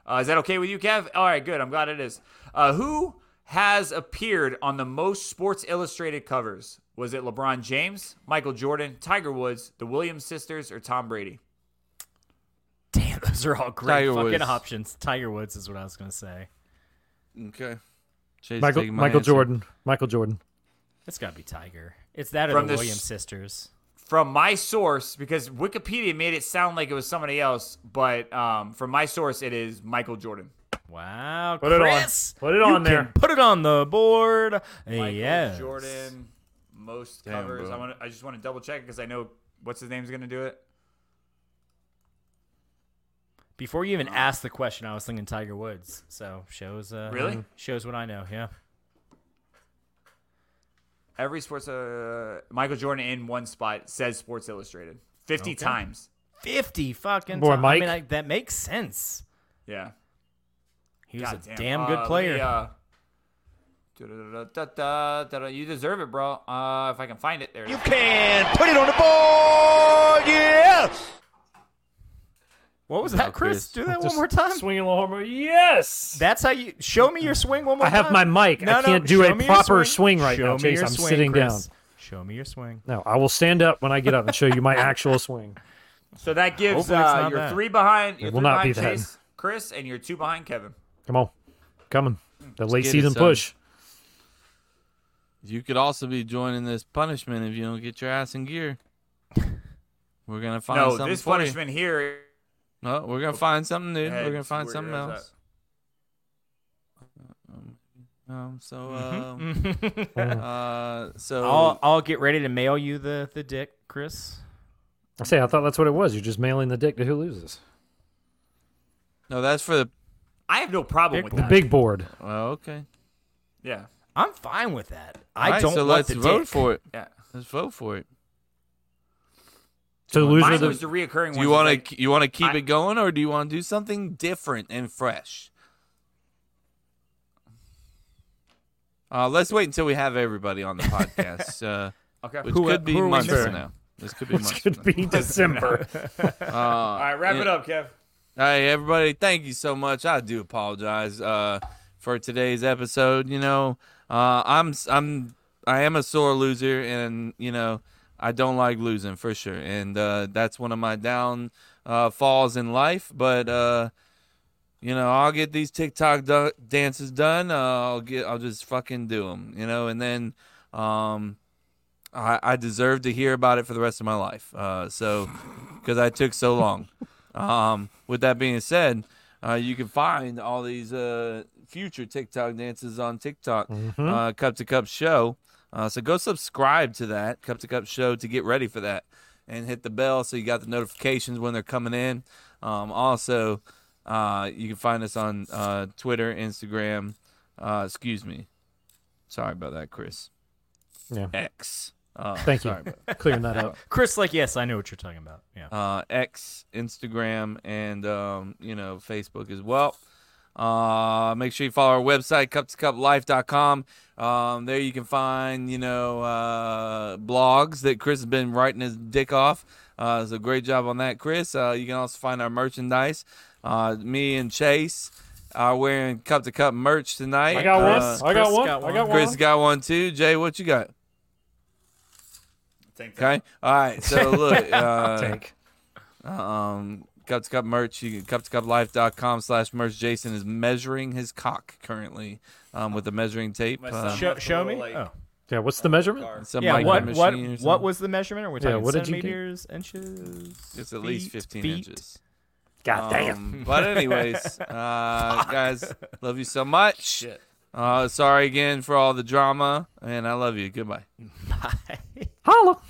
Speaker 5: Uh, is that okay with you, Kev? All right, good. I'm glad it is. Uh, who has appeared on the most Sports Illustrated covers? Was it LeBron James, Michael Jordan, Tiger Woods, the Williams sisters, or Tom Brady?
Speaker 4: Damn, those are all great
Speaker 2: Tiger
Speaker 4: fucking
Speaker 2: Woods.
Speaker 4: options. Tiger Woods is what I was gonna say.
Speaker 2: Okay. Chase
Speaker 3: Michael,
Speaker 2: taking my
Speaker 3: Michael
Speaker 2: answer.
Speaker 3: Jordan. Michael Jordan.
Speaker 4: It's gotta be Tiger. It's that or
Speaker 5: From
Speaker 4: the
Speaker 5: this-
Speaker 4: Williams sisters.
Speaker 5: from my source because Wikipedia made it sound like it was somebody else, but um, from my source, it is Michael Jordan.
Speaker 4: Wow,
Speaker 3: Put it on.
Speaker 4: Chris,
Speaker 3: Put it
Speaker 4: you
Speaker 3: on
Speaker 4: can
Speaker 3: there.
Speaker 4: Put it on the board.
Speaker 5: Michael
Speaker 4: yes.
Speaker 5: Jordan, most
Speaker 2: Damn,
Speaker 5: covers.
Speaker 2: bro.
Speaker 5: I want. I just want to double check because I know what's his name's gonna do it.
Speaker 4: Before you even asked the question, I was thinking Tiger Woods. So shows uh,
Speaker 5: Really?
Speaker 4: shows what I know. Yeah.
Speaker 5: Every sports, uh, Michael Jordan in one spot says Sports Illustrated fifty times.
Speaker 4: 50 fucking
Speaker 3: Boy,
Speaker 4: ti- I
Speaker 3: Mike.
Speaker 4: mean, I, that makes sense.
Speaker 5: Yeah,
Speaker 4: He was
Speaker 5: Goddamn.
Speaker 4: a damn good
Speaker 5: Uh, let
Speaker 4: player.
Speaker 5: me, uh, da-da-da-da-da-da-da. You deserve it, bro. Uh, if I can find it, there. it is.
Speaker 4: what was that,
Speaker 2: Chris.
Speaker 4: Chris? Do that one more time.
Speaker 3: Swinging a little more. Yes.
Speaker 4: That's how you show me your swing one more
Speaker 3: I
Speaker 4: time.
Speaker 3: have my mic.
Speaker 4: No,
Speaker 3: I
Speaker 4: no,
Speaker 3: can't do
Speaker 4: show
Speaker 3: a
Speaker 4: me your
Speaker 3: proper swing, right
Speaker 4: show
Speaker 3: now,
Speaker 4: me
Speaker 3: Chase.
Speaker 4: your
Speaker 3: I'm
Speaker 4: swing,
Speaker 3: sitting down.
Speaker 4: Chris. Show me your swing.
Speaker 3: No, I will stand up when I get up and show you my actual swing.
Speaker 5: So that gives
Speaker 4: Hopefully it's
Speaker 5: uh,
Speaker 4: not
Speaker 5: your
Speaker 4: that.
Speaker 5: three behind. Your
Speaker 3: It will
Speaker 5: three
Speaker 3: not
Speaker 5: behind
Speaker 3: be that.
Speaker 5: Chase, Chris, and your two behind Kevin.
Speaker 3: Come on, coming. The late
Speaker 2: get it,
Speaker 3: season
Speaker 2: son.
Speaker 3: push.
Speaker 2: You could also be joining this punishment if you don't get your ass in gear. We're gonna find
Speaker 5: No,
Speaker 2: something
Speaker 5: this
Speaker 2: for you.
Speaker 5: punishment here.
Speaker 2: No, we're gonna find something new.
Speaker 5: Hey,
Speaker 2: we're gonna find
Speaker 5: where
Speaker 2: something
Speaker 5: is that?
Speaker 2: else. Um, so, um, uh, so
Speaker 4: I'll I'll get ready to mail you the the dick, Chris.
Speaker 3: I say, I thought that's what it was. You're just mailing the dick to who loses.
Speaker 2: no, that's for the.
Speaker 5: I have no problem
Speaker 4: Big
Speaker 5: with
Speaker 3: The
Speaker 5: that.
Speaker 3: big board.
Speaker 2: Well, okay.
Speaker 5: Yeah,
Speaker 4: I'm fine with that. I
Speaker 2: Alright,
Speaker 4: don't
Speaker 2: So
Speaker 4: want
Speaker 2: let's
Speaker 4: the
Speaker 2: vote
Speaker 4: dick.
Speaker 2: for it.
Speaker 5: yeah.
Speaker 2: Let's vote for it.
Speaker 3: So the
Speaker 5: Mine
Speaker 3: loser,
Speaker 5: was
Speaker 3: the,
Speaker 5: the reoccurring.
Speaker 2: Do you
Speaker 5: want
Speaker 2: want to you want to keep
Speaker 5: I-
Speaker 2: it going, or do you want to do something different and fresh? Uh, let's wait until we have everybody on the podcast, uh,
Speaker 5: Okay.
Speaker 2: which
Speaker 4: Who-
Speaker 2: could be
Speaker 4: who are we
Speaker 2: months
Speaker 4: missing?
Speaker 2: from now. This could be months.
Speaker 3: could be December.
Speaker 5: All right, wrap it up, Kev.
Speaker 2: Hey everybody, thank you so much. I do apologize uh, for today's episode. You know, uh, I'm I'm I am a sore loser, and you know I don't like losing for sure, and uh, that's one of my down uh, falls in life. But uh, you know, I'll get these TikTok do- dances done. Uh, I'll get I'll just fucking do them. You know, and then. Um, I, I deserve to hear about it for the rest of my life. Uh, so, because I took so long. Um, with that being said, uh, you can find all these uh, future TikTok dances on TikTok, uh, Cup to Cup Show. Uh, so go subscribe to that Cup to Cup Show to get ready for that, and hit the bell so you got the notifications when they're coming in. Um, also, uh, you can find us on uh, Twitter, Instagram, Uh, excuse me. Sorry about that, Chris.
Speaker 3: Yeah.
Speaker 2: X. Uh,
Speaker 3: Thank you.
Speaker 2: sorry about
Speaker 3: Clearing that up.
Speaker 4: Chris, like, yes, I know what you're talking about. Yeah.
Speaker 2: uh, X, Instagram, and um, you know Facebook as well. Uh, make sure you follow our website, cup to cup life.com. Um, there you can find, you know, uh, blogs that Chris has been writing his dick off. Uh, so great job on that, Chris. Uh, you can also find our merchandise. Uh, me and Chase are wearing cup to cup merch tonight.
Speaker 3: I got one.
Speaker 2: Uh,
Speaker 3: I got
Speaker 4: Chris
Speaker 3: one.
Speaker 4: got
Speaker 3: I got
Speaker 4: one.
Speaker 3: one.
Speaker 2: Chris got one too. Jay, what you got? Okay. All right. So look, uh,
Speaker 3: Tank.
Speaker 2: um, Cup to Cup merch. You can cup to cup life.com slash merch. Jason is measuring his cock currently um, with a measuring tape.
Speaker 5: My
Speaker 2: Uh,
Speaker 5: son-
Speaker 4: Show, show me.
Speaker 5: Like-
Speaker 4: oh.
Speaker 3: Yeah. What's the measurement?
Speaker 2: some
Speaker 4: Yeah,
Speaker 2: micro
Speaker 4: what
Speaker 2: machine
Speaker 4: what
Speaker 2: or something.
Speaker 4: what was the measurement? Are we
Speaker 3: Yeah,
Speaker 4: talking
Speaker 3: what did you get?
Speaker 4: centimeters, inches?
Speaker 2: It's at least
Speaker 4: feet,
Speaker 2: 15
Speaker 4: feet?
Speaker 2: inches.
Speaker 3: God damn.
Speaker 2: Um, but anyways, uh, guys, love you so much. Uh, sorry again for all the drama, and I love you. Goodbye.
Speaker 3: Holla.